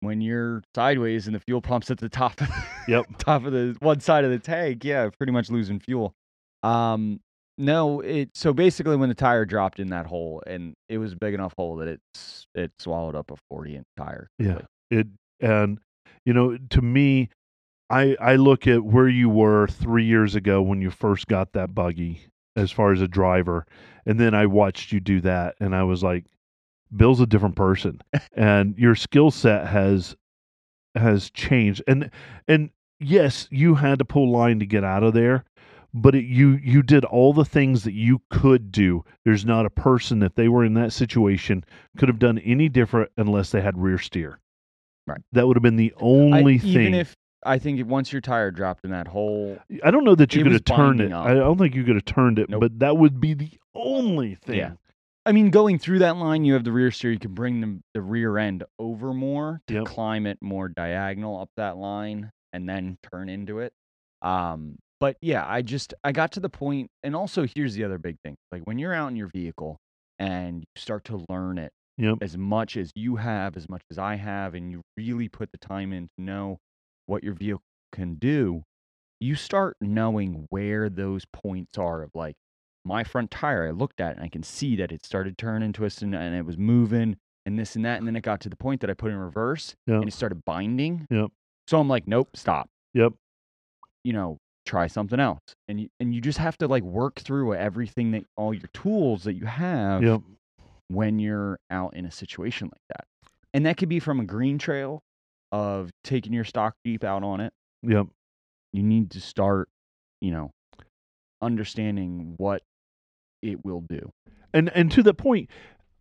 [SPEAKER 2] when you're sideways and the fuel pump's at the top of the-
[SPEAKER 1] Yep.
[SPEAKER 2] top of the one side of the tank. Yeah, pretty much losing fuel. Um, no, it so basically when the tire dropped in that hole, and it was a big enough hole that it's it swallowed up a forty inch tire.
[SPEAKER 1] Yeah. It and You know, to me, I I look at where you were three years ago when you first got that buggy as far as a driver, and then I watched you do that, and I was like, Bill's a different person, and your skill set has has changed, and and yes, you had to pull line to get out of there, but it, you you did all the things that you could do. There's not a person if they were in that situation could have done any different unless they had rear steer.
[SPEAKER 2] Right.
[SPEAKER 1] That would have been the
[SPEAKER 2] I-
[SPEAKER 1] only thing.
[SPEAKER 2] even if I think once your tire dropped in that hole,
[SPEAKER 1] I don't know that you
[SPEAKER 2] It
[SPEAKER 1] could
[SPEAKER 2] was
[SPEAKER 1] have turned
[SPEAKER 2] binding
[SPEAKER 1] it.
[SPEAKER 2] up.
[SPEAKER 1] I don't think you could have turned it,
[SPEAKER 2] Nope.
[SPEAKER 1] but that would be the only thing.
[SPEAKER 2] Yeah. I mean, going through that line, you have the rear steer. You can bring the, the rear end over more to
[SPEAKER 1] Yep.
[SPEAKER 2] climb it more diagonal up that line and then turn into it. Um, but yeah, I just I got to the point, and also here's the other big thing: like when you're out in your vehicle and you start to learn it
[SPEAKER 1] Yep.
[SPEAKER 2] as much as you have, as much as I have, and you really put the time in to know what your vehicle can do, you start knowing where those points are of like my front tire. I looked at it and I can see that it started turning, twisting, and it was moving and this and that. And then it got to the point that I put in reverse
[SPEAKER 1] Yep.
[SPEAKER 2] and it started binding.
[SPEAKER 1] Yep.
[SPEAKER 2] So I'm like, nope, stop.
[SPEAKER 1] Yep.
[SPEAKER 2] You know, try something else. And you, and you just have to like work through everything that all your tools that you have
[SPEAKER 1] Yep.
[SPEAKER 2] when you're out in a situation like that. And that could be from a green trail of taking your stock Jeep out on it.
[SPEAKER 1] Yep.
[SPEAKER 2] You need to start, you know, understanding what it will do.
[SPEAKER 1] And and to the point,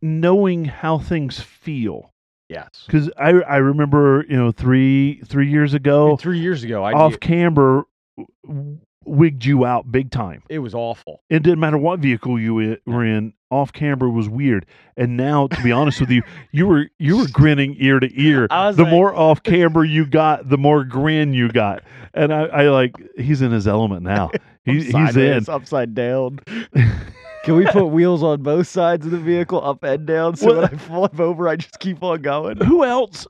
[SPEAKER 1] knowing how things feel.
[SPEAKER 2] Yes.
[SPEAKER 1] Because I I remember you know three three years ago
[SPEAKER 2] Three years ago, I
[SPEAKER 1] off camber w- wigged you out big time.
[SPEAKER 2] it was awful.
[SPEAKER 1] It didn't matter what vehicle you i- were in. Off camber was weird, and now to be honest with you, you were you were grinning ear to ear.
[SPEAKER 2] I was
[SPEAKER 1] the
[SPEAKER 2] like-
[SPEAKER 1] more off camber you got, the more grin you got. And I, I like he's in his element now. He, he's in.
[SPEAKER 2] upside down. Can we put wheels on both sides of the vehicle, up and down,
[SPEAKER 1] so when
[SPEAKER 2] I flip over, I just keep on going?
[SPEAKER 1] Who else,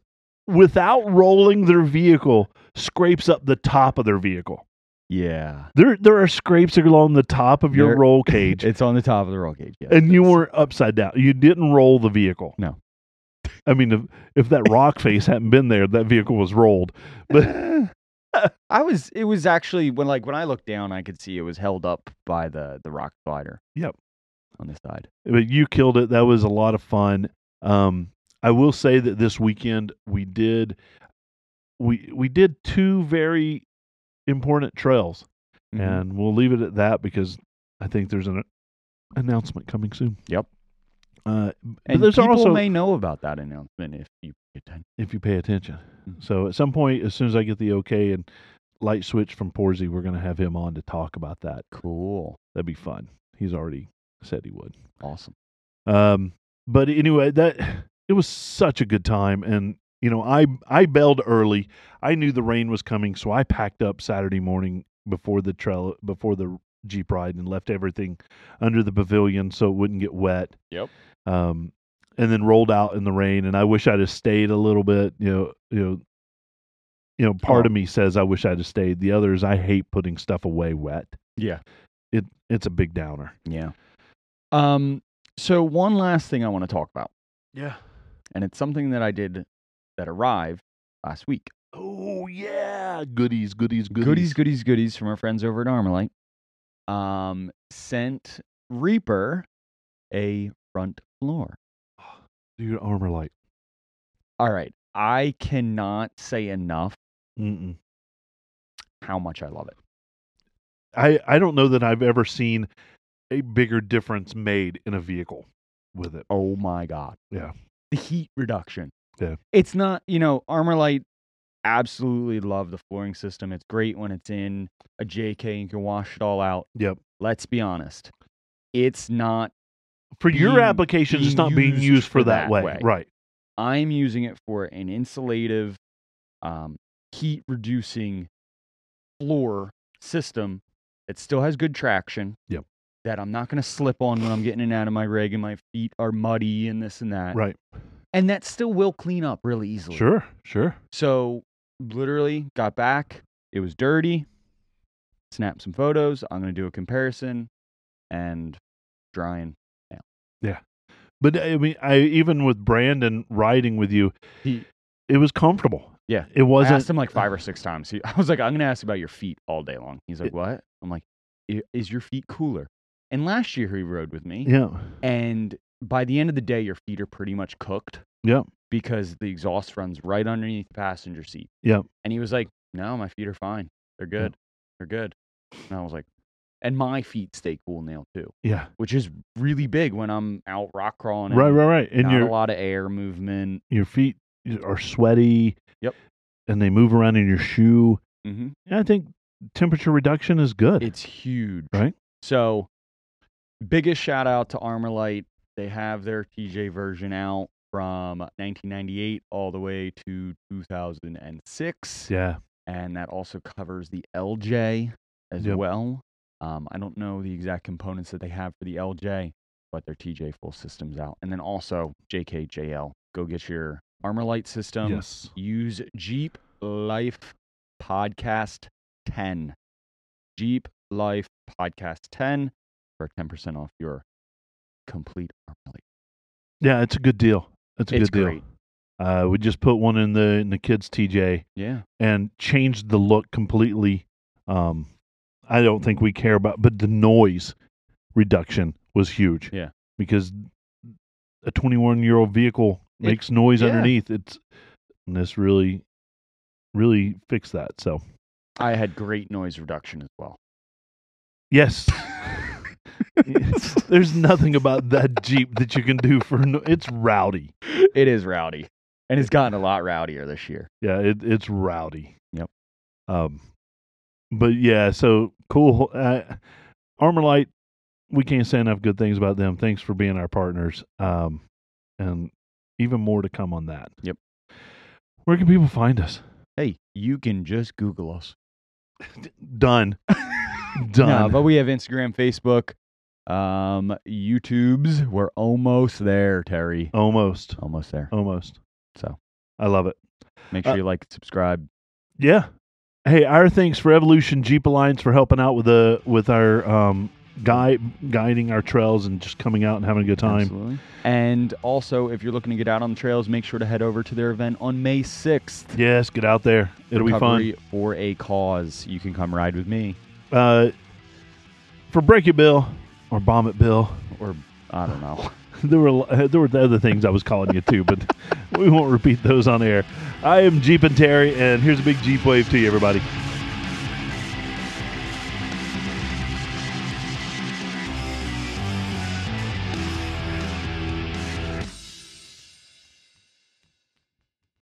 [SPEAKER 1] without rolling their vehicle, scrapes up the top of their vehicle?
[SPEAKER 2] Yeah,
[SPEAKER 1] There there are scrapes along the top of your
[SPEAKER 2] There-
[SPEAKER 1] roll cage,
[SPEAKER 2] it's on the top of the roll cage. Yes,
[SPEAKER 1] and you
[SPEAKER 2] it's-
[SPEAKER 1] weren't upside down. You didn't roll the vehicle.
[SPEAKER 2] No.
[SPEAKER 1] I mean, if, if that rock face hadn't been there, that vehicle was rolled. But
[SPEAKER 2] I was. It was actually when like when I looked down, I could see it was held up by the the rock glider.
[SPEAKER 1] Yep.
[SPEAKER 2] On the side.
[SPEAKER 1] but you killed it. That was a lot of fun. Um, I will say that this weekend we did we we did two very important trails,
[SPEAKER 2] Mm-hmm.
[SPEAKER 1] and we'll leave it at that because I think there's an announcement coming soon.
[SPEAKER 2] Yep.
[SPEAKER 1] Uh, but
[SPEAKER 2] And
[SPEAKER 1] there's
[SPEAKER 2] people
[SPEAKER 1] also
[SPEAKER 2] may know about that announcement if you pay attention.
[SPEAKER 1] if you pay attention.
[SPEAKER 2] Mhm.
[SPEAKER 1] So at some point, as soon as I get the okay and light switch from Porzy, we're going to have him on to talk about that.
[SPEAKER 2] Cool.
[SPEAKER 1] That'd be fun. He's already said he would.
[SPEAKER 2] Awesome.
[SPEAKER 1] Um, but anyway, that it was such a good time, and you know, I I bailed early. I knew the rain was coming, so I packed up Saturday morning before the trail before the jeep ride and left everything under the pavilion so it wouldn't get wet.
[SPEAKER 2] Yep.
[SPEAKER 1] Um, and then rolled out in the rain, and I wish I'd have stayed a little bit. You know, you know. You know, part of me says I wish I'd have stayed. The others, I hate putting stuff away wet.
[SPEAKER 2] Yeah.
[SPEAKER 1] It it's a big downer.
[SPEAKER 2] Yeah. Um. So one last thing I want to talk about,
[SPEAKER 1] Yeah.
[SPEAKER 2] and it's something that I did that arrived last week.
[SPEAKER 1] Oh yeah, goodies, goodies,
[SPEAKER 2] goodies,
[SPEAKER 1] goodies.
[SPEAKER 2] goodies, goodies from our friends over at Armalite. Um, sent Reaper a front floor.
[SPEAKER 1] Dude, armor light.
[SPEAKER 2] All right, I cannot say enough
[SPEAKER 1] Mm-mm.
[SPEAKER 2] how much I love it.
[SPEAKER 1] I I don't know that I've ever seen a bigger difference made in a vehicle with it.
[SPEAKER 2] Oh my god.
[SPEAKER 1] Yeah.
[SPEAKER 2] The heat reduction.
[SPEAKER 1] Yeah.
[SPEAKER 2] It's not, you know, Armor Light absolutely love the flooring system. It's great when it's in a JK and can wash it all out.
[SPEAKER 1] Yep.
[SPEAKER 2] Let's be honest. It's not
[SPEAKER 1] For your
[SPEAKER 2] Being-
[SPEAKER 1] applications, it's
[SPEAKER 2] being
[SPEAKER 1] not being
[SPEAKER 2] used
[SPEAKER 1] used for
[SPEAKER 2] for
[SPEAKER 1] that,
[SPEAKER 2] that
[SPEAKER 1] way.
[SPEAKER 2] way.
[SPEAKER 1] right?
[SPEAKER 2] I'm using it for an insulative, um, heat reducing floor system that still has good traction.
[SPEAKER 1] Yep.
[SPEAKER 2] That I'm not going to slip on when I'm getting in and out of my rig and my feet are muddy and this and that.
[SPEAKER 1] Right.
[SPEAKER 2] And that still will clean up really easily.
[SPEAKER 1] Sure. Sure.
[SPEAKER 2] So literally got back. It was dirty. Snapped some photos. I'm going to do a comparison and drying.
[SPEAKER 1] But I mean, I even with Brandon riding with you,
[SPEAKER 2] He-
[SPEAKER 1] it was comfortable.
[SPEAKER 2] Yeah.
[SPEAKER 1] It
[SPEAKER 2] I
[SPEAKER 1] wasn't
[SPEAKER 2] asked him like five or six times. He, I was like, I'm going to ask you about your feet all day long. He's like, what? I'm like, "I- is your feet cooler? And last year he rode with me.
[SPEAKER 1] Yeah.
[SPEAKER 2] And by the end of the day, your feet are pretty much cooked.
[SPEAKER 1] Yep.
[SPEAKER 2] Because the exhaust runs right underneath the passenger seat.
[SPEAKER 1] Yep.
[SPEAKER 2] And he was like, No, my feet are fine. They're good. They're good. And I was like, And my feet stay cool now too,
[SPEAKER 1] Yeah.
[SPEAKER 2] which is really big when I'm out rock crawling.
[SPEAKER 1] Right,
[SPEAKER 2] and
[SPEAKER 1] right, right. And
[SPEAKER 2] not
[SPEAKER 1] your
[SPEAKER 2] a lot of air movement.
[SPEAKER 1] your feet are sweaty.
[SPEAKER 2] Yep.
[SPEAKER 1] And they move around in your shoe.
[SPEAKER 2] hmm
[SPEAKER 1] Yeah, I think temperature reduction is good.
[SPEAKER 2] It's huge.
[SPEAKER 1] Right.
[SPEAKER 2] So, biggest shout out to Armor Light. They have their TJ version out from 1998 all the way to 2006.
[SPEAKER 1] yeah.
[SPEAKER 2] and that also covers the LJ as
[SPEAKER 1] Yep.
[SPEAKER 2] well. Um, I don't know the exact components that they have for the LJ, but their TJ full system's out. And then also JKJL. Go get your Armor Light system.
[SPEAKER 1] yes.
[SPEAKER 2] Use Jeep Life Podcast 10. Jeep Life Podcast 10 for 10% off your complete Armor Light.
[SPEAKER 1] Yeah, it's a good deal. It's a
[SPEAKER 2] It's
[SPEAKER 1] good
[SPEAKER 2] great.
[SPEAKER 1] deal. Uh, we just put one in the in the kids TJ
[SPEAKER 2] Yeah.
[SPEAKER 1] and changed the look completely. Um, I don't think we care about, but the noise reduction was huge.
[SPEAKER 2] Yeah.
[SPEAKER 1] because a 21 year old vehicle
[SPEAKER 2] It-
[SPEAKER 1] makes noise
[SPEAKER 2] yeah.
[SPEAKER 1] underneath. It's and this really, really fixed that. So
[SPEAKER 2] I had great noise reduction as well.
[SPEAKER 1] yes, there's nothing about that Jeep that you can do for no- it's rowdy.
[SPEAKER 2] it is rowdy. And it's gotten a lot rowdier this year.
[SPEAKER 1] Yeah, it, it's rowdy.
[SPEAKER 2] Yep.
[SPEAKER 1] Um, but yeah, so cool. Uh, Armor Light, we can't say enough good things about them. Thanks for being our partners. Um, and even more to come on that.
[SPEAKER 2] Yep.
[SPEAKER 1] Where can people find us?
[SPEAKER 2] Hey, you can just Google us.
[SPEAKER 1] Done.
[SPEAKER 2] No,
[SPEAKER 1] Done.
[SPEAKER 2] but we have Instagram, Facebook, um, YouTubes. We're almost there, Terry.
[SPEAKER 1] almost.
[SPEAKER 2] Almost there.
[SPEAKER 1] Almost.
[SPEAKER 2] So.
[SPEAKER 1] I love it.
[SPEAKER 2] Make sure
[SPEAKER 1] Uh,
[SPEAKER 2] you like, subscribe.
[SPEAKER 1] Yeah. Hey, our thanks for Evolution Jeep Alliance for helping out with the with our um guide guiding our trails and just coming out and having a good time.
[SPEAKER 2] Absolutely. And also, if you're looking to get out on the trails, make sure to head over to their event on May 6th.
[SPEAKER 1] Yes, get out there. It'll be
[SPEAKER 2] Recovery for a cause. You can come ride with me,
[SPEAKER 1] fun. Uh, for Break It Bill or Bomb It Bill,
[SPEAKER 2] or I don't know.
[SPEAKER 1] there were there were the other things I was calling you too, but we won't repeat those on air. I am Jeep and Terry, and here's a big Jeep wave to you, everybody.